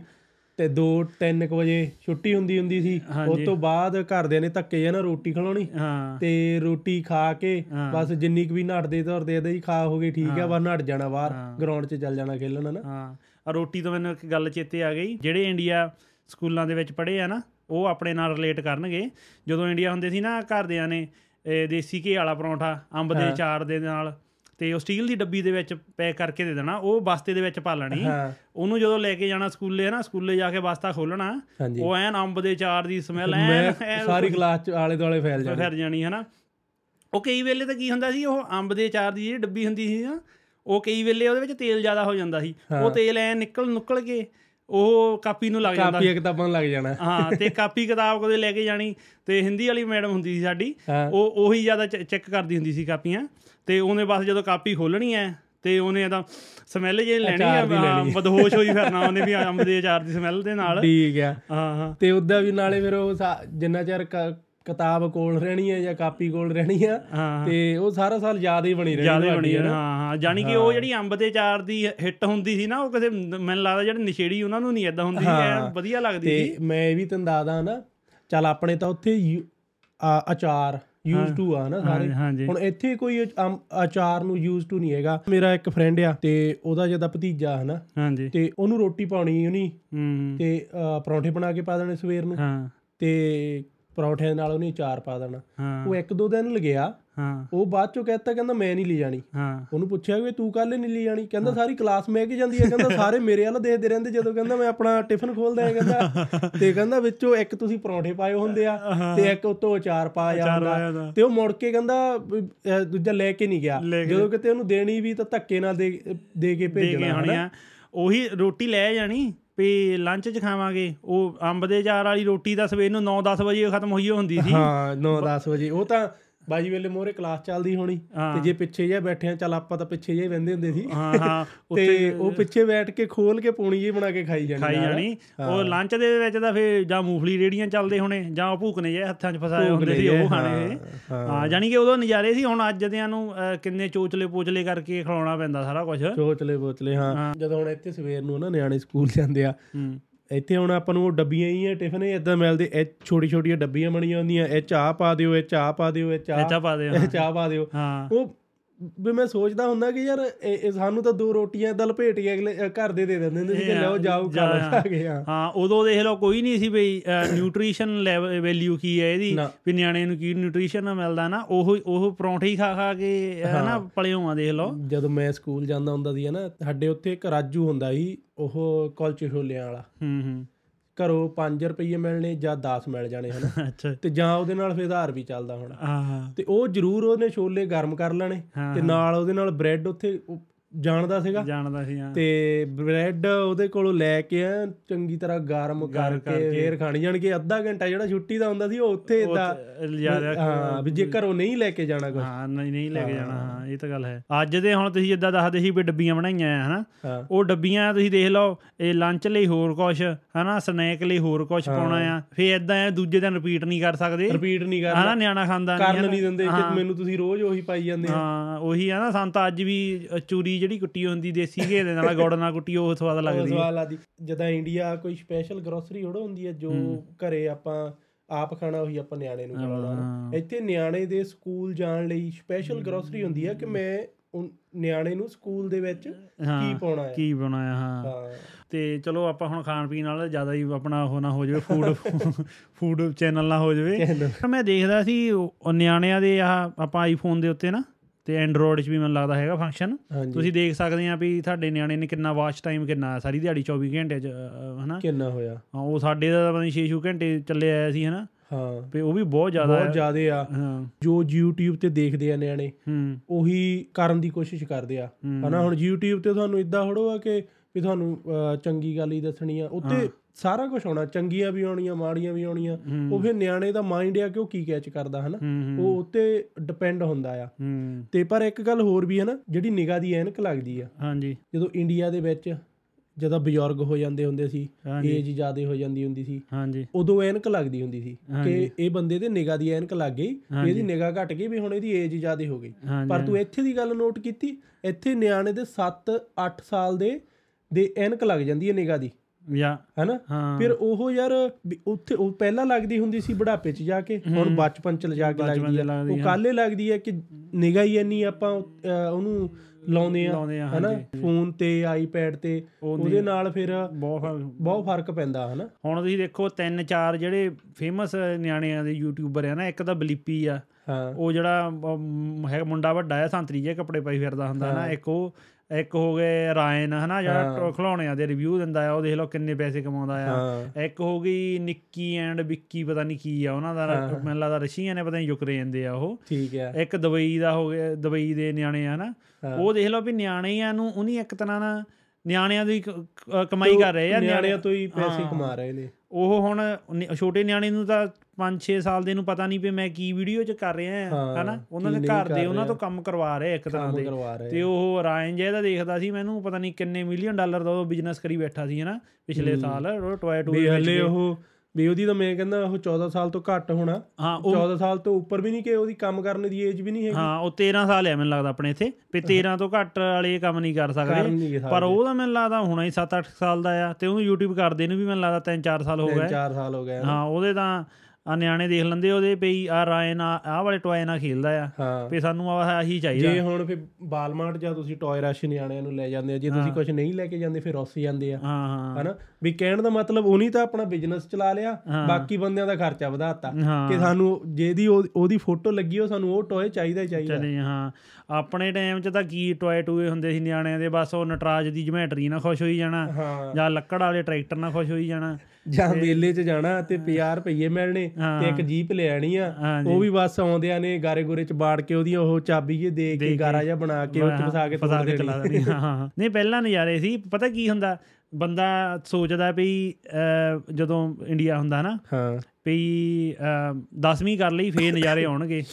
Speaker 2: ਤੇ 2 3 ਵਜੇ ਛੁੱਟੀ ਹੁੰਦੀ ਹੁੰਦੀ ਸੀ ਉਸ ਤੋਂ ਬਾਅਦ ਘਰਦਿਆਂ ਨੇ ਧੱਕੇ ਜਾਂ ਨਾ ਰੋਟੀ ਖਿਲਾਉਣੀ
Speaker 1: ਹਾਂ
Speaker 2: ਤੇ ਰੋਟੀ ਖਾ ਕੇ ਬਸ ਜਿੰਨੀ ਕੁ ਵੀ ਨੱਟਦੇ ਧਰਦੇ ਇਹਦੇ ਹੀ ਖਾ ਹੋ ਗਈ ਠੀਕ ਆ ਬਸ ਨੱਟ ਜਾਣਾ ਬਾਹਰ ਗਰਾਊਂਡ 'ਚ ਚੱਲ ਜਾਣਾ ਖੇਲਣ ਹਨਾ
Speaker 1: ਹਾਂ ਆ ਰੋਟੀ ਤੋਂ ਮੈਨੂੰ ਇੱਕ ਗੱਲ ਚੇਤੇ ਆ ਗਈ ਜਿਹੜੇ ਇੰਡੀਆ ਸਕੂਲਾਂ ਦੇ ਵਿੱਚ ਪੜ੍ਹੇ ਆ ਨਾ ਉਹ ਆਪਣੇ ਨਾਲ ਰਿਲੇਟ ਕਰਨਗੇ ਜਦੋਂ ਇੰਡੀਆ ਹੁੰਦੇ ਸੀ ਨਾ ਘਰਦਿਆਂ ਨੇ ਇਹ ਦੇਸੀ ਘੇ ਵਾਲਾ ਪਰੌਂਠਾ ਅੰਬ ਦੇ
Speaker 2: ਹਾਂ।
Speaker 1: ਅਚਾਰ ਦੇ ਨਾਲ ਤੇ ਉਹ ਸਟੀਲ ਦੀ ਡੱਬੀ ਦੇ ਵਿੱਚ ਪੈਕ ਕਰਕੇ ਦੇ ਦੇਣਾ ਉਹ ਬਸਤੇ ਦੇ ਵਿੱਚ ਪਾ ਲੈਣੀ
Speaker 2: ਹਾਂ
Speaker 1: ਉਹਨੂੰ ਜਦੋਂ ਲੈ ਕੇ ਜਾਣਾ ਸਕੂਲੇ ਨਾ ਸਕੂਲੇ ਜਾ ਕੇ ਬਸਤਾ ਖੋਲਣਾ
Speaker 2: ਹਾਂਜੀ
Speaker 1: ਉਹ ਐਨ ਅੰਬ ਦੇ ਅਚਾਰ ਦੀ ਸਮੈਲ
Speaker 2: ਮੈਂ
Speaker 1: ਐਨ ਐਨ
Speaker 2: ਸਾਰੀ ਕਲਾਸ ਚ ਆਲੇ ਦੁਆਲੇ ਫੈਲ ਜਾਣੀ
Speaker 1: ਫਿਰ ਜਾਣੀ ਹੈ ਨਾ ਉਹ ਕਈ ਵੇਲੇ ਤਾਂ ਕੀ ਹੁੰਦਾ ਸੀ ਉਹ ਅੰਬ ਦੇ ਅਚਾਰ ਦੀ ਜਿਹੜੀ ਡੱਬੀ ਹੁੰਦੀ ਸੀ ਨਾ ਉਹ ਕਈ ਵੇਲੇ ਉਹਦੇ ਵਿੱਚ ਤੇਲ ਜ਼ਿਆਦਾ ਹੋ ਜਾਂਦਾ ਸੀ ਉਹ ਤੇਲ ਐ ਨਿਕਲ ਨੁਕਲ ਕੇ ਉਹ ਕਾਪੀ ਨੂੰ ਲੱਗ ਜਾਂਦਾ
Speaker 2: ਕਾਪੀਆਂ ਕਿਤਾਬਾਂ ਨੂੰ ਲੱਗ ਜਾਣਾ
Speaker 1: ਹਾਂ ਤੇ ਕਾਪੀ ਕਿਤਾਬ ਕਦੇ ਲੈ ਕੇ ਜਾਣੀ ਤੇ ਹਿੰਦੀ ਵਾਲੀ ਮੈਡਮ ਹੁੰਦੀ ਸੀ ਸਾਡੀ
Speaker 2: ਹਾਂ
Speaker 1: ਉਹ ਉਹੀ ਜ਼ਿਆਦਾ ਚੈੱਕ ਕਰਦੀ ਹੁੰਦੀ ਸੀ ਕਾਪੀਆਂ ਤੇ ਉਹਨੇ ਬਸ ਜਦੋਂ ਕਾਪੀ ਖੋਲਣੀ ਐ ਤੇ ਉਹਨੇ ਇਹਦਾ ਸਮੈਲ ਜੇ ਲੈਣੀ
Speaker 2: ਅਚਾਰ ਦੀ
Speaker 1: ਆ
Speaker 2: ਲੈਣੀ।
Speaker 1: ਬਦਹੋਸ਼ ਹੋਈ ਫਿਰਨਾ ਉਹਨੇ ਵੀ ਅੰਬ ਦੇ ਅਚਾਰ ਦੀ ਸਮੈਲ ਦੇ ਨਾਲ
Speaker 2: ਠੀਕ ਆ
Speaker 1: ਹਾਂ ਹਾਂ
Speaker 2: ਤੇ ਉਦਾਂ ਵੀ ਨਾਲੇ ਫਿਰ ਉਹ ਸਾ- ਜਿੰਨਾ ਚਿਰ ਕ- ਕਿਤਾਬ ਕੋਲ ਰਹਿਣੀ ਹੈ ਜਾਂ ਕਾਪੀ ਕੋਲ ਰਹਿਣੀ ਆ
Speaker 1: ਹਾਂ
Speaker 2: ਤੇ ਉਹ ਸਾਰਾ ਸਾਲ ਯਾਦ ਹੀ ਬਣੀ ਰਹਿਣੀ
Speaker 1: ਜਿਆਦਾ
Speaker 2: ਤੁਹਾਡੀ,
Speaker 1: ਬਣੀ
Speaker 2: ਹੈ ਨਾ?
Speaker 1: ਹਾਂ ਹਾਂ ਜਾਨੀ ਕਿ ਉਹ ਜਿਹੜੀ ਅੰਬ ਦੇ ਚਾਰ ਦੀ ਹਿੱਟ ਹੁੰਦੀ ਸੀ ਨਾ ਉਹ ਕਦੇ ਨ- ਮੈਨੂੰ ਲੱਗਦਾ ਜਿਹੜੇ ਨਸ਼ੇੜੀ ਉਹਨਾਂ ਨੂੰ ਨਹੀਂ ਐਦਾਂ ਹੁੰਦੀ ਸੀ, ਐਨ
Speaker 2: ਹਾਂ।
Speaker 1: ਵਧੀਆ ਲੱਗਦੀ ਸੀ
Speaker 2: ਤੇ ਮੈਂ ਇਹ ਵੀ ਤੈਨੂੰ ਦੱਸਦਾ ਨਾ ਚੱਲ ਆਪਣੇ ਤਾਂ ਉੱਥੇ ਯੂ- ਆ- ਅਚਾਰ ਯੂਜ਼ ਟੂ ਆ ਨਾ ਸਾਰੇ
Speaker 1: ਹਾਂਜੀ, ਹਾਂਜੀ
Speaker 2: ਹੁਣ ਇੱਥੇ ਕੋਈ ਅਚ- ਅਮ- ਅਚਾਰ ਨੂੰ ਯੂਜ਼ ਟੂ ਨਹੀਂ ਹੈਗਾ ਮੇਰਾ ਇੱਕ ਫਰੈਂਡ ਆ ਤੇ ਉਹਦਾ ਜਦਾ ਭਤੀਜਾ ਹੈ ਨਾ
Speaker 1: ਹਾਂਜੀ
Speaker 2: ਤੇ ਉਹਨੂੰ ਰੋਟੀ ਪਾਉਣੀ ਉਹਨੀ
Speaker 1: ਹੂੰ
Speaker 2: ਤੇ ਅ, ਪਰੌਂਠੇ ਬਣਾ ਕੇ ਪਾ ਦੇਣੇ ਸਵੇਰ ਨੂੰ
Speaker 1: ਹਾਂ
Speaker 2: ਤੇ ਪਰੌਂਠਿਆਂ ਦੇ ਨਾਲ ਉਹਨੇ ਅਚਾਰ ਪਾ ਦੇਣਾ
Speaker 1: ਹਾਂ
Speaker 2: ਉਹ ਇੱਕ ਦੋ ਦਿਨ ਲਗਿਆ
Speaker 1: ਹਾਂ
Speaker 2: ਉਹ ਬਾਅਦ ਚੋਂ ਕਹਿਤਾ ਕਹਿੰਦਾ ਮੈਂ ਨਹੀਂ ਲੈ ਜਾਣੀ
Speaker 1: ਹਾਂ
Speaker 2: ਉਹਨੂੰ ਪੁੱਛਿਆ ਵੀ ਤੂੰ ਕੱਲ ਨਹੀਂ ਲੈ ਜਾਣੀ ਕਹਿੰਦਾ ਸਾਰੀ ਕਲਾਸ ਮੈਂ ਕਿ ਜਾਂਦੀ ਹੈ ਕਹਿੰਦਾ ਸਾਰੇ ਮੇਰੇ ਵੱਲ ਦੇਖਦੇ ਰਹਿੰਦੇ ਜਦੋਂ ਕਹਿੰਦਾ ਮੈਂ ਆਪਣਾ ਟਿਫਨ ਖੋਲਦਾ ਹੈ ਕਹਿੰਦਾ ਤੇ ਕਹਿੰਦਾ ਵਿੱਚੋਂ ਇੱਕ ਤੁਸੀਂ ਪਰੌਂਠੇ ਪਾਏ ਹੁੰਦੇ ਆ ਤੇ ਇੱਕ ਉਤੋਂ ਅਚਾਰ ਪਾਇਆ
Speaker 1: ਚਾਰ
Speaker 2: ਹੁੰਦਾ
Speaker 1: ਵਾਇਆ ਦਾ
Speaker 2: ਤੇ ਉਹ ਮੁੜ ਕੇ ਕਹਿੰਦਾ ਵੀ, ਅਹ, ਦੂਜਾ ਲੈ ਕੇ ਨਹੀਂ ਗਿਆ
Speaker 1: ਲੈ ਕੇ
Speaker 2: ਜਦੋਂ ਕਿਤੇ ਉਹਨੂੰ ਦੇਣੀ ਵੀ ਤਾਂ ਧੱਕੇ ਨਾਲ ਦੇ ਦੇ ਕੇ
Speaker 1: ਦੇ ਗਏ
Speaker 2: ਭੇਜਣਾ
Speaker 1: ਹੋਣੇ ਆ ਉਹੀ ਰੋਟੀ ਲੈ ਜਾਣੀ ਵੀ ਲੰਚ ਚ ਖਾਵਾਂਗੇ ਉਹ ਅੰਬ ਦੇ ਚਾਰ ਵਾਲੀ ਰੋਟੀ ਤਾਂ ਸਵੇਰ ਨੂੰ 9-10 ਵਜੇ ਖਤਮ ਹੋਈ ਓ ਹੁੰਦੀ ਸੀ
Speaker 2: ਹਾਂ 9-10 ਵਜੇ ਉਹ ਤਾਂ ਬਾਈ ਵੇਲੇ ਮੋਰੇ ਕਲਾਸ ਚੱਲਦੀ ਹੋਣੀ
Speaker 1: ਹਾਂ।
Speaker 2: ਤੇ ਜੇ ਪਿੱਛੇ ਜਿਹਾ ਬੈਠੇ ਆ ਚੱਲ ਆਪਾਂ ਤਾਂ ਪਿੱਛੇ ਜਿਹਾ ਹੀ ਬਹਿੰਦੇ ਹੁੰਦੇ ਸੀ
Speaker 1: ਹਾਂ ਹਾਂ
Speaker 2: ਤੇ ਉਹ ਪਿੱਛੇ ਬੈਠ ਕੇ ਖੋਲ ਕੇ ਪੂਣੀ ਜਿਹੀ ਬਣਾ ਕੇ ਖਾਈ ਜਾਣੀ
Speaker 1: ਖਾਈ
Speaker 2: ਨਾਲ।
Speaker 1: ਜਾਣੀ ਉਹ ਲੰਚ ਦੇ ਵਿੱਚ ਤਾਂ ਫੇਰ ਜਾਂ ਮੂੰਗਫਲੀ ਰੇੜੀਆਂ ਚੱਲਦੇ ਹੋਣੇ ਜਾਂ ਉਹ ਭੂਕਨੇ ਜੇ ਹੱਥਾਂ 'ਚ ਫਸਾਏ ਹੁੰਦੇ ਸੀ ਉਹ ਖਾਣੇ
Speaker 2: ਹਾਂ,
Speaker 1: ਹਾਂ ਜਾਣੀ ਕਿ ਉਦੋਂ ਨਜ਼ਾਰੇ ਸੀ ਹੁਣ ਅੱਜ ਦਿਆਂ ਨੂੰ ਅਹ, ਕਿੰਨੇ ਚੋਚਲੇ ਪੋਚਲੇ ਕਰਕੇ ਖਿਲਾਉਣਾ ਪੈਂਦਾ ਸਾਰਾ ਕੁਝ
Speaker 2: ਚੋਚਲੇ ਬੋਚਲੇ ਹਾਂ ਜਦੋਂ ਹੁਣ ਇੱਥੇ ਸਵੇਰ ਨੂੰ ਨਾ ਨਿਆਣੇ ਸਕੂਲ ਜਾਂਦੇ ਆ
Speaker 1: ਹੂੰ
Speaker 2: ਇੱਥੇ ਹੁਣ ਆਪਾਂ ਨੂੰ ਉਹ ਡੱਬੀਆਂ ਹੀ ਆ ਟਿਫਨ ਹੀ ਇਦਾਂ ਮਿਲਦੇ ਇਹ ਛੋਟੀ ਛੋਟੀਆਂ ਡੱਬੀਆਂ ਬਣੀਆਂ ਹੁੰਦੀਆਂ ਇਹ ਚਾਹ ਪਾ ਦਿਓ ਇਹ ਚਾਹ ਪਾ ਦਿਓ ਇਹ ਚਾਹ
Speaker 1: ਐਚਾ ਪਾ ਦੇ
Speaker 2: ਇਹ ਚਾਹ ਪਾ ਦਿਓ
Speaker 1: ਹਾਂ
Speaker 2: ਉਹ ਵੀ ਮੈਂ ਸੋਚਦਾ ਹੁੰਦਾ ਕਿ ਯਾਰ ਇਹ ਇਹ ਸਾਨੂੰ ਤਾਂ ਦੋ ਰੋਟੀਆਂ ਇਦਾਂ ਲਪੇਟ ਕੇ ਅਗਲੇ ਅ, ਘਰ ਦੇ ਦੇ ਦਿੰਦੇ ਹੁੰਦੇ ਸੀ ਕਿ
Speaker 1: ਇਹ ਆ,
Speaker 2: ਲਓ ਜਾਓ
Speaker 1: ਜਾ,
Speaker 2: ਖਾ ਲਓ ਖਾ ਕੇ ਹਾਂ
Speaker 1: ਹਾਂ ਉਦੋਂ ਦੇਖ ਲਓ ਕੋਈ ਨਹੀਂ ਸੀ ਬਈ ਨਿਊਟ੍ਰੀਸ਼ਨ ਲੈਵਲ ਵੈਲਿਊ ਕੀ ਹੈ ਇਹਦੀ
Speaker 2: ਨਾ।
Speaker 1: ਵੀ ਨਿਆਣੇ ਨੂੰ ਕੀ ਨਿਊਟ੍ਰੀਸ਼ਨ ਮਿਲਦਾ ਨਾ ਉਹ ਉਹ ਪਰੌਂਠੇ ਹੀ ਖਾ ਖਾ ਕੇ ਹੈ ਨਾ ਪਲਿਓਆਂ ਦੇਖ ਲਓ
Speaker 2: ਜਦੋਂ ਮੈਂ ਸਕੂਲ ਜਾਂਦਾ ਹੁੰਦਾ ਸੀ ਨਾ ਸਾਡੇ ਉੱਥੇ ਇੱਕ ਰਾਜੂ ਹੁੰਦਾ ਸੀ ਉਹ ਕੁਲਚੇ ਛੋਲਿਆਂ ਵਾਲਾ
Speaker 1: ਹੂੰ ਹੂੰ
Speaker 2: ਘਰੋਂ 5 ਰੁਪਏ ਮਿਲਣੇ ਜਾਂ 10 ਮਿਲ ਜਾਣੇ ਹਨਾ
Speaker 1: ਅੱਛਾ
Speaker 2: ਤੇ ਜਾਂ ਉਹਦੇ ਨਾਲ ਫਿਰ ਆਧਾਰ ਵੀ ਚੱਲਦਾ ਹੋਣਾ
Speaker 1: ਆਹ
Speaker 2: ਤੇ ਉਹ ਜ਼ਰੂਰ ਉਹਨੇ ਛੋਲੇ ਗਰਮ ਕਰ ਲੈਣੇ
Speaker 1: ਹਾਂ,
Speaker 2: ਤੇ ਨਾਲ ਉਹਦੇ ਨਾਲ ਬ੍ਰੈਡ ਉੱਥੇ ਉਹ ਜਾਣਦਾ ਸੀਗਾ
Speaker 1: ਜਾਣਦਾ ਸੀ ਹਾਂ
Speaker 2: ਤੇ ਬ੍ਰੈਡ ਉਹਦੇ ਕੋਲੋਂ ਲੈ ਕੇ ਆ ਚੰਗੀ ਤਰ੍ਹਾਂ ਗਰਮ ਕਰਕੇ ਫੇਰ ਖਾਣੀ ਜਾਣ ਕੇ ਅੱਧਾ ਘੰਟਾ ਜਿਹੜਾ ਛੁੱਟੀ ਦਾ ਹੁੰਦਾ ਸੀ ਉਹ ਉੱਥੇ ਇਦਾਂ
Speaker 1: ਲਿਆ
Speaker 2: ਹਾਂ ਵੀ ਜੇ ਘਰੋਂ ਨਹੀਂ ਲੈ ਕੇ ਜਾਣਾ ਕੁਝ
Speaker 1: ਹਾਂ ਨਹੀਂ ਨਹੀਂ ਲੈ ਕੇ ਜਾਣਾ ਹਾਂ ਇਹ ਤਾਂ ਗੱਲ ਹੈ ਅੱਜ ਦੇ ਹੁਣ ਤੁਸੀਂ ਜਿੱਦਾਂ ਦੱਸਦੇ ਸੀ ਵੀ ਡੱਬੀਆਂ ਬਣਾਈਆਂ ਆ ਹਨਾ
Speaker 2: ਹਾਂ
Speaker 1: ਉਹ ਡੱਬੀਆਂ ਤੁਸੀਂ ਦੇਖ ਲਓ ਇਹ ਲੰਚ ਲਈ ਹੋਰ ਕੁਝ ਹਨਾ ਸਨੈਕ ਲਈ ਹੋਰ ਕੁਝ ਪਾਉਣਾ ਆ ਫੇਰ ਇਦਾਂ ਐ ਦੂਜੇ ਦਿਨ ਰਿਪੀਟ ਨਹੀਂ ਕਰ ਸਕਦੇ
Speaker 2: ਰਿਪੀਟ ਨਹੀਂ ਕਰਨਾ
Speaker 1: ਹਨਾ ਨਿਆਣਾ ਖਾਂਦਾ ਨਹੀਂ
Speaker 2: ਕਰਨ ਨਹੀਂ ਦਿੰਦੇ ਕਿ ਮੈਨੂੰ ਤੁਸੀਂ ਰੋਜ਼ ਉਹੀ ਪਾਈ ਜਾਂਦੇ ਆ
Speaker 1: ਹਾਂ ਉਹੀ ਆ ਨਾ ਸਾਨੂੰ ਤਾਂ ਅੱਜ ਵੀ ਅ, ਚੂਰੀ ਜਿਹੜੀ ਕੁੱਟੀ ਹੁੰਦੀ ਦੇਸੀ ਘੇ ਦੇ ਨਾਲ ਗੋੜ ਨਾਲ ਕੁੱਟੀ ਉਹ ਸਵਾਦ ਲੱਗਦੀ
Speaker 2: ਸਵਾਲ ਆ ਦੀ ਜਦਾਂ ਇੰਡੀਆ ਕੋਈ ਸਪੈਸ਼ਲ ਗਰੋਸਰੀ ਹੋੜਾ ਹੁੰਦੀ ਹੈ ਜੋ ਘਰੇ ਆਪਾਂ ਆਪ ਖਾਣਾ ਉਹੀ ਆਪਾਂ ਨਿਆਣੇ ਨੂੰ ਖਵਾਉਣਾ
Speaker 1: ਹਾਂ।
Speaker 2: ਨਾ। ਇੱਥੇ ਨਿਆਣੇ ਦੇ ਸਕੂਲ ਜਾਣ ਲਈ ਸਪੈਸ਼ਲ ਗਰੋਸਰੀ ਹੁੰਦੀ ਹੈ ਕਿ ਮੈਂ ਉਨ- ਨਿਆਣੇ ਨੂੰ ਸਕੂਲ ਦੇ ਵਿੱਚ ਕੀ
Speaker 1: ਹਾਂ
Speaker 2: ਪਾਉਣਾ ਹੈ
Speaker 1: ਕੀ ਬਣਾਇਆ ਹਾਂ
Speaker 2: ਹਾਂ
Speaker 1: ਤੇ ਚਲੋ ਆਪਾਂ ਹੁਣ ਖਾਣ ਪੀਣ ਨਾਲ ਜ਼ਿਆਦਾ ਹੀ ਆਪਣਾ ਉਹ ਨਾ ਹੋ ਜਾਵੇ ਫੂਡ ਫੂਡ ਚੈਨਲ ਨਾ ਹੋ ਜਾਵੇ
Speaker 2: ਚੈਨਲ
Speaker 1: ਪਰ ਮੈਂ ਦੇਖਦਾ ਸੀ ਉਹ ਉਹ ਨਿਆਣਿਆਂ ਦੇ ਆਹ ਆਪਾਂ ਆਈਫੋਨ ਦੇ ਉੱਤੇ ਨਾ ਤੇ ਐਂਡਰੋਇਡ 'ਚ ਵੀ ਮੈਨੂੰ ਲੱਗਦਾ ਹੈਗਾ ਫੰਕਸ਼ਨ
Speaker 2: ਹਾਂਜੀ
Speaker 1: ਤੁਸੀਂ ਦੇਖ ਸਕਦੇ ਆ ਵੀ ਤੁਹਾਡੇ ਨਿਆਣੇ ਨੇ ਕਿੰਨਾ ਵਾਚ ਟਾਈਮ ਕਿੰਨਾ ਸਾਰੀ ਦਿਹਾੜੀ 24 ਘੰਟੇ 'ਚ ਅ, ਹਨਾ
Speaker 2: ਕਿੰਨਾ ਹੋਇਆ
Speaker 1: ਹਾਂ, ਉਹ ਸਾਡੇ ਦਾ ਤਾਂ ਪਤਾ ਨਹੀਂ 6-6 ਘੰਟੇ ਚੱਲੇ ਆਇਆ ਸੀ ਹਨਾ
Speaker 2: ਹਾਂ
Speaker 1: ਵੀ ਉਹ ਵੀ ਬਹੁਤ ਜ਼ਿਆਦਾ
Speaker 2: ਬਹੁਤ
Speaker 1: ਹੈ।
Speaker 2: ਜ਼ਿਆਦੇ ਆ
Speaker 1: ਹਾਂ
Speaker 2: ਜੋ YouTube ਤੇ ਦੇਖਦੇ ਆ ਨਿਆਣੇ
Speaker 1: ਹੂੰ
Speaker 2: ਉਹੀ ਕਰਨ ਦੀ ਕੋਸ਼ਿਸ਼ ਕਰਦੇ ਆ
Speaker 1: ਹੂੰ।
Speaker 2: ਹਨਾ ਹੁਣ YouTube ਤੇ ਤੁਹਾਨੂੰ ਇਦਾਂ ਹੜੋ ਆ ਕਿ ਵੀ ਤੁਹਾਨੂੰ ਅਹ, ਚੰਗੀ ਗੱਲ ਹੀ ਦੱਸਣੀ ਆ ਉੱਤੇ ਸਾਰਾ ਕੁਝ ਆਉਣਾ ਚੰਗੀਆਂ ਵੀ ਆਉਣੀਆਂ ਮਾੜੀਆਂ ਵੀ ਆਉਣੀਆਂ
Speaker 1: ਹੂੰ।
Speaker 2: ਉਹ ਫਿਰ ਨਿਆਣੇ ਦਾ ਮਾਈਂਡ ਆ ਕਿ ਉਹ ਕੀ ਕੈਚ ਕਰਦਾ ਹਨਾ
Speaker 1: ਹੂੰ ਹੂੰ,
Speaker 2: ਉਹ ਉੱਤੇ ਡਿਪੈਂਡ ਹੁੰਦਾ ਆ
Speaker 1: ਹੂੰ
Speaker 2: ਤੇ ਪਰ ਇੱਕ ਗੱਲ ਹੋਰ ਵੀ ਹੈ ਨਾ ਜਿਹੜੀ ਨਿਗਾਹ ਦੀ ਐਨਕ ਲੱਗਦੀ ਆ
Speaker 1: ਹਾਂਜੀ
Speaker 2: ਜਦੋਂ ਇੰਡੀਆ ਦੇ ਵਿੱਚ ਜਦੋਂ ਬਜ਼ੁਰਗ ਹੋ ਜਾਂਦੇ ਹੁੰਦੇ ਸੀ
Speaker 1: ਹਾਂਜੀ
Speaker 2: ਏਜ ਜ਼ਿਆਦਾ ਹੋ ਜਾਂਦੀ ਹੁੰਦੀ ਸੀ
Speaker 1: ਹਾਂਜੀ
Speaker 2: ਉਦੋਂ ਐਨਕ ਲੱਗਦੀ ਹੁੰਦੀ ਸੀ
Speaker 1: ਹਾਂਜੀ।
Speaker 2: ਕਿ ਇਹ ਬੰਦੇ ਦੇ ਨਿਗਾਹ ਦੀ ਐਨਕ ਲੱਗ ਗਈ ਵੀ ਇਹਦੀ ਨਿਗਾਹ ਘਟ ਗਈ ਵੀ ਹੁਣ ਇਹਦੀ ਏਜ ਜ਼ਿਆਦਾ ਹੋ ਗਈ
Speaker 1: ਹਾਂਜੀ
Speaker 2: ਪਰ ਤੂੰ ਇੱਥੇ ਦੀ ਗੱਲ ਨੋਟ ਕੀਤੀ ਇੱਥੇ ਨਿਆਣੇ ਦੇ 7 8 ਸਾਲ ਦੇ ਦੇ ਐਨਕ ਲੱਗ ਜਾਂਦੀ ਹੈ ਨਿਗਾਹ ਦੀ
Speaker 1: ਜਾਂ
Speaker 2: ਹੈਨਾ
Speaker 1: ਹਾਂ
Speaker 2: ਫਿਰ ਉਹ ਯਾਰ ਵੀ ਉੱਥੇ ਉਹ ਪਹਿਲਾਂ ਲੱਗਦੀ ਹੁੰਦੀ ਸੀ ਬੁਢਾਪੇ 'ਚ ਜਾ ਕੇ ਹੁਣ ਬਚਪਨ 'ਚ ਲਿਜਾ ਕੇ
Speaker 1: ਬਚਪਨ 'ਚ
Speaker 2: ਲੱਗਦੀ ਆ
Speaker 1: ਲੱਗਦੀ
Speaker 2: ਉਹ ਕਾਲੇ ਲੱਗਦੀ ਹੈ ਕਿ ਨਿਗਾਹ ਹੀ ਇੰਨੀ ਆਪਾਂ ਅਹ, ਉਹਨੂੰ ਲਾਉਂਦੇ ਆ
Speaker 1: ਲਾਉਂਦੇ ਆ,
Speaker 2: ਹੈਨਾ
Speaker 1: ਹਾਂਜੀ।
Speaker 2: ਫੋਨ ਤੇ ਆਈਪੈਡ ਤੇ
Speaker 1: ਉਹ
Speaker 2: ਉਹਦੇ ਨਾਲ ਫਿਰ
Speaker 1: ਬਹੁਤ ਫਰਕ-
Speaker 2: ਬਹੁਤ ਫਰਕ ਪੈਂਦਾ ਹਨਾ
Speaker 1: ਹੁਣ ਤੁਸੀਂ ਦੇਖੋ ਤਿੰਨ ਚਾਰ ਜਿਹੜੇ ਫੇਮਸ ਨਿਆਣਿਆਂ ਦੇ ਯੂਟਿਊਬਰ ਆ ਨਾ ਇੱਕ ਤਾਂ ਬਲੀਪੀ ਆ
Speaker 2: ਹਾਂ
Speaker 1: ਉਹ ਜਿਹੜਾ ਅਮ, ਹੈ ਮੁੰਡਾ ਵੱਡਾ ਆ ਸੰਤਰੀ ਜਿਹੇ ਕੱਪੜੇ ਪਾਈ ਫਿਰਦਾ ਹੁੰਦਾ ਨਾ ਇੱਕ ਉਹ ਇੱਕ ਹੋ ਗਏ ਰਾਇਨ ਹਨਾ ਜਿਹੜਾ ਟ- ਖਿਡੌਣਿਆਂ ਦੇ ਰਿਵਿਊ ਦਿੰਦਾ ਆ ਉਹ ਦੇਖ ਲਓ ਕਿੰਨੇ ਪੈਸੇ ਕਮਾਉਂਦਾ
Speaker 2: ਹਾਂ
Speaker 1: ਆ ਇੱਕ ਹੋ ਗਈ ਨਿੱਕੀ ਐਂਡ ਵਿੱਕੀ ਪਤਾ ਨਹੀਂ ਕੀ ਆ ਉਹਨਾਂ ਦਾ ਮੈਨੂੰ ਲੱਗਦਾ ਰਸ਼ੀਆਂ ਨੇ ਪਤਾ ਨਹੀਂ ਯੂਕਰੇਨ ਦੇ ਆ ਉਹ
Speaker 2: ਠੀਕ ਹੈ
Speaker 1: ਇੱਕ ਦੁਬਈ ਦਾ ਹੋ ਗਿਆ ਦੁਬਈ ਦੇ ਨਿਆਣੇ ਆ ਨਾ ਉਹ ਦੇਖ ਲਓ ਵੀ ਨਿਆਣਿਆਂ ਨੂੰ ਉਹਨੀ ਇੱਕ ਤਰ੍ਹਾਂ ਨਾਲ ਨਿਆਣਿਆਂ ਦੀ ਕ- ਕ- ਕਮਾਈ ਕਰ ਰਹੇ ਆ ਨਿਆਣੇ
Speaker 2: ਨਿਆਣਿਆਂ ਤੋਂ ਹੀ ਪੈਸੇ ਕਮਾ ਰਹੇ ਨੇ
Speaker 1: ਉਹ ਹੁਣ ਨਿ- ਛੋਟੇ ਨਿਆਣੇ ਨੂੰ ਤਾਂ 5-6 ਸਾਲ ਦੇ ਨੂੰ ਪਤਾ ਨਹੀਂ ਵੀ ਮੈਂ ਕੀ ਵੀਡੀਓ 'ਚ ਕਰ ਰਿਹਾ
Speaker 2: ਹਾਂ,
Speaker 1: ਹਾਂ ਹਨਾ ਉਹਨਾਂ
Speaker 2: ਕੀ
Speaker 1: ਦੇ
Speaker 2: ਨਹੀਂ
Speaker 1: ਘਰ
Speaker 2: ਕਰ
Speaker 1: ਦੇ ਉਹਨਾਂ ਤੋਂ ਕੰਮ ਕਰਵਾ ਰਹੇ ਇੱਕ ਤਰ੍ਹਾਂ
Speaker 2: ਕੰਮ
Speaker 1: ਦੇ
Speaker 2: ਕਰਵਾ ਰਹੇ
Speaker 1: ਤੇ ਉਹ ਰਾਇਨ ਜੇ ਦਾ ਦੇਖਦਾ ਸੀ ਮੈਨੂੰ ਪਤਾ ਨਹੀਂ ਕਿੰਨੇ ਮਿਲੀਅਨ ਡਾਲਰ ਦਾ ਉਹ ਬਿਜ਼ਨਸ ਕਰੀ ਬੈਠਾ ਸੀ ਹਨਾ ਪਿਛਲੇ ਸਾਲ ਉਹ ਟੋਏ
Speaker 2: ਵੀ
Speaker 1: ਟੋਏ
Speaker 2: ਹਲੇ ਉਹ ਵੀ ਉਹਦੀ ਤਾਂ ਮੈਂ ਕਹਿੰਦਾ ਉਹ 14 ਸਾਲ ਤੋਂ ਘੱਟ ਹੋਣਾ
Speaker 1: ਹਾਂ ਉਹ
Speaker 2: 14 ਸਾਲ ਤੋਂ ਉੱਪਰ ਵੀ ਨਹੀਂ ਕਿ ਉਹਦੀ ਕੰਮ ਕਰਨ ਦੀ ਏਜ ਵੀ ਨਹੀਂ ਹੈਗੀ
Speaker 1: ਹਾਂ ਉਹ 13 ਸਾਲ ਹੈ ਮੈਨੂੰ ਲੱਗਦਾ ਆਪਣੇ ਇੱਥੇ ਵੀ 13 ਤੋਂ ਘੱਟ ਵਾਲੇ ਇਹ ਕੰਮ ਨਹੀਂ ਕਰ
Speaker 2: ਕਰਨ
Speaker 1: ਸਕਦੇ
Speaker 2: ਨਹੀਂ ਗਏ
Speaker 1: ਪਰ ਉਹਦਾ ਮੈਨੂੰ ਲੱਗਦਾ ਹੋਣਾ ਹੀ 7-8 ਸਾਲ ਦਾ ਆ ਤੇ ਉਹਨੂੰ YouTube ਕਰਦੇ ਨੂੰ ਵੀ ਮੈਨੂੰ ਲੱਗਦਾ 3-4 ਸਾਲ ਹੋ ਗਏ
Speaker 2: 4 ਸਾਲ ਹੋ ਗਏ
Speaker 1: ਹਾਂ ਉਹਦੇ ਤਾਂ ਆ ਨਿਆਣੇ ਦੇਖ ਲੈਂਦੇ ਉਹਦੇ ਪਈ ਆ ਰਾਇਨ ਆ ਆਹ ਵਾਲੇ ਟੋਏ ਨਾਲ ਖੇਲਦਾ ਆ
Speaker 2: ਹਾਂ
Speaker 1: ਵੀ ਸਾਨੂੰ ਆਹ ਆਹੀ ਚਾਹੀਦਾ
Speaker 2: ਜੇ ਹੁਣ ਫਿਰ ਬਾਲਮਾਰਟ ਜਾਂ ਤੁਸੀਂ ਟੌਏ ਰਸ਼ ਨਿਆਣਿਆਂ ਨੂੰ ਲੈ ਜਾਂਦੇ ਹੋ ਜੇ ਤੁਸੀਂ ਕੁਝ ਨਹੀਂ ਲੈ ਕੇ ਜਾਂਦੇ ਫਿਰ ਰੋਸੀ ਜਾਂਦੇ ਆ
Speaker 1: ਹਾਂ ਹਾਂ
Speaker 2: ਹਨਾ ਵੀ ਕਹਿਣ ਦਾ ਮਤਲਬ ਉਹਨੇ ਤਾਂ ਆਪਣਾ ਬਿਜ਼ਨਸ ਚਲਾ ਲਿਆ
Speaker 1: ਹਾਂ।
Speaker 2: ਬਾਕੀ ਬੰਦਿਆਂ ਦਾ ਖਰਚਾ ਵਧਾਤਾ
Speaker 1: ਹਾਂ
Speaker 2: ਕਿ ਸਾਨੂੰ ਜਿਹਦੀ ਉਹ- ਉਹਦੀ ਫੋਟੋ ਲੱਗੀ ਉਹ ਸਾਨੂੰ ਉਹ ਟੌਏ ਚਾਹੀਦਾ ਹੀ ਚਾਹੀਦਾ
Speaker 1: ਚਲੇ ਹਾਂ ਆਪਣੇ ਟਾਈਮ 'ਚ ਤਾਂ ਕੀ ਟੋਏ ਟੂਏ ਹੁੰਦੇ ਸੀ ਨਿਆਣਿਆਂ ਦੇ ਬਸ ਉਹ ਨਟਰਾਜ ਦੀ ਜਮੈਟਰੀ ਨਾਲ ਖੁਸ਼ ਹੋਈ ਜਾਣਾ
Speaker 2: ਹਾਂ
Speaker 1: ਜਾਂ ਲੱਕੜ ਵਾਲੇ ਟਰੈਕਟਰ ਨਾਲ ਖੁਸ਼ ਹੋਈ ਜਾਣਾ
Speaker 2: ਜਾਂ ਮੇਲੇ 'ਚ ਜਾਣਾ ਤੇ 50 ਰੁਪਏ ਮਿਲਣੇ
Speaker 1: ਹਾਂ।
Speaker 2: ਤੇ ਇੱਕ ਜੀਪ ਲੈ ਆਣੀ ਆ
Speaker 1: ਹਾਂ
Speaker 2: ਉਹ ਵੀ ਬਸ ਆਉਂਦਿਆਂ ਨੇ ਗਾਰੇ ਗੋਰੇ 'ਚ ਬਾੜ ਕੇ ਉਹਦੀਆਂ ਉਹ ਚਾਬੀ ਜੇ ਦੇ ਕੇ ਗਾਰਾ ਜਿਹਾ ਬਣਾ ਕੇ ਉਹ 'ਚ ਫਸਾ ਕੇ ਤੋੜ
Speaker 1: ਫਸਾ ਕੇ ਚਲਾ ਦੇਣੀ ਹਾਂ ਹਾਂ ਹਾਂ। ਨਹੀਂ ਪਹਿਲਾਂ ਨਜ਼ਾਰੇ ਸੀ ਪਤਾ ਕੀ ਹੁੰਦਾ ਬੰਦਾ ਸੋਚਦਾ ਵੀ ਅਹ, ਜਦੋਂ ਇੰਡੀਆ ਹੁੰਦਾ ਨਾ
Speaker 2: ਹਾਂ
Speaker 1: ਵੀ 10ਵੀਂ ਕਰ ਲਈ ਫੇਰ ਨਜ਼ਾਰੇ ਆਉਣਗੇ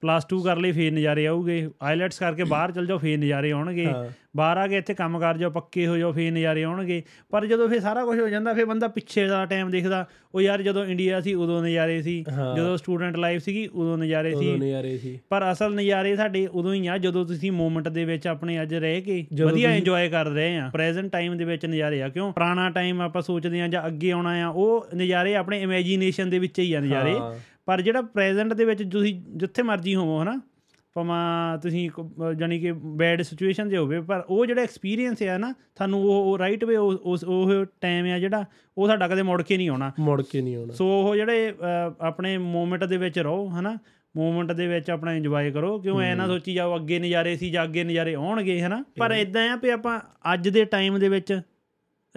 Speaker 1: ਪਲੱਸ 2 ਕਰ ਲਈ ਫੇਰ ਨਜ਼ਾਰੇ ਆਉਗੇ ਆਈਲੈਟਸ ਕਰਕੇ ਬਾਹਰ ਚਲ ਜਾਓ ਫੇਰ ਨਜ਼ਾਰੇ ਆਉਣਗੇ
Speaker 2: ਹਾਂ।
Speaker 1: ਬਾਹਰ ਆ ਕੇ ਇੱਥੇ ਕੰਮ ਕਰ ਜਾਓ ਪੱਕੇ ਹੋ ਜਾਓ ਫੇਰ ਨਜ਼ਾਰੇ ਆਉਣਗੇ ਪਰ ਜਦੋਂ ਫੇਰ ਸਾਰਾ ਕੁਝ ਹੋ ਜਾਂਦਾ ਫੇਰ ਬੰਦਾ ਪਿੱਛੇ ਦਾ ਟਾਈਮ ਦੇਖਦਾ ਉਹ ਯਾਰ ਜਦੋਂ ਇੰਡੀਆ ਸੀ ਉਦੋਂ ਨਜ਼ਾਰੇ ਸੀ
Speaker 2: ਹਾਂ।
Speaker 1: ਜਦੋਂ ਸਟੂਡੈਂਟ ਲਾਈਫ ਸੀਗੀ ਉਦੋਂ ਨਜ਼ਾਰੇ ਸੀ
Speaker 2: ਉਦੋਂ ਨਜ਼ਾਰੇ ਸੀ
Speaker 1: ਪਰ ਅਸਲ ਨਜ਼ਾਰੇ ਸਾਡੇ ਉਦੋਂ ਹੀ ਆ ਜਦੋਂ ਤੁਸੀਂ ਮੂਮੈਂਟ ਦੇ ਵਿੱਚ ਆਪਣੇ ਅੱਜ ਰਹਿ ਕੇ ਵਧੀਆ ਇੰਜੋਏ ਕਰ ਰਹੇ ਆ ਪ੍ਰੈਜ਼ੈਂਟ ਟਾਈਮ ਦੇ ਵਿੱਚ ਨਜ਼ਾਰੇ ਆ ਕਿਉਂ ਪੁਰਾਣਾ ਟਾਈਮ ਆਪਾਂ ਸੋਚਦੇ ਆ ਜਾਂ ਅੱਗੇ ਆਉਣਾ ਆ ਉਹ ਨਜ਼ਾਰੇ ਆਪਣੇ ਇਮੇਜਿਨੇਸ਼ਨ ਦੇ ਵਿੱਚ ਹੀ ਆ ਨਜ਼ਾਰੇ
Speaker 2: ਹਾਂ।
Speaker 1: ਪਰ ਜਿਹੜਾ ਪ੍ਰੈਜ਼ੈਂਟ ਦੇ ਵਿੱਚ ਤੁਸੀਂ ਜਿੱਥੇ ਮਰਜ਼ੀ ਹੋਵੋ ਹਨਾ ਭਾਵੇਂ ਤੁਸੀਂ ਇੱਕ, ਅਹ, ਜਾਣੀ ਕਿ ਬੈਡ ਸਿਚੁਏਸ਼ਨ ਦੇ ਹੋਵੇ ਪਰ ਉਹ ਜਿਹੜਾ ਐਕਸਪੀਰੀਅੰਸ ਆ ਨਾ ਤੁਹਾਨੂੰ ਉਹ ਰਾਈਟ ਵੇ ਉਸ ਉਹ ਟਾਈਮ ਆ ਜਿਹੜਾ ਉਹ ਸਾਡਾ ਕਦੇ ਮੁੜ ਕੇ ਨਹੀਂ ਆਉਣਾ
Speaker 2: ਮੁੜ ਕੇ ਨਹੀਂ ਆਉਣਾ
Speaker 1: ਸੋ ਉਹ ਜਿਹੜੇ ਅਹ, ਆਪਣੇ ਮੂਮੈਂਟ ਦੇ ਵਿੱਚ ਰਹੋ ਹਨਾ ਮੂਮੈਂਟ ਦੇ ਵਿੱਚ ਆਪਣਾ ਇੰਜੋਏ ਕਰੋ ਕਿਉਂ ਐ ਨਾ ਸੋਚੀ ਜਾਓ ਅੱਗੇ ਨਜ਼ਾਰੇ ਸੀ ਜਾਂ ਅੱਗੇ ਨਜ਼ਾਰੇ ਆਉਣਗੇ ਹਨਾ ਪਰ ਇਦਾਂ ਆ ਵੀ ਆਪਾਂ ਅੱਜ ਦੇ ਟਾਈਮ ਦੇ ਵਿੱਚ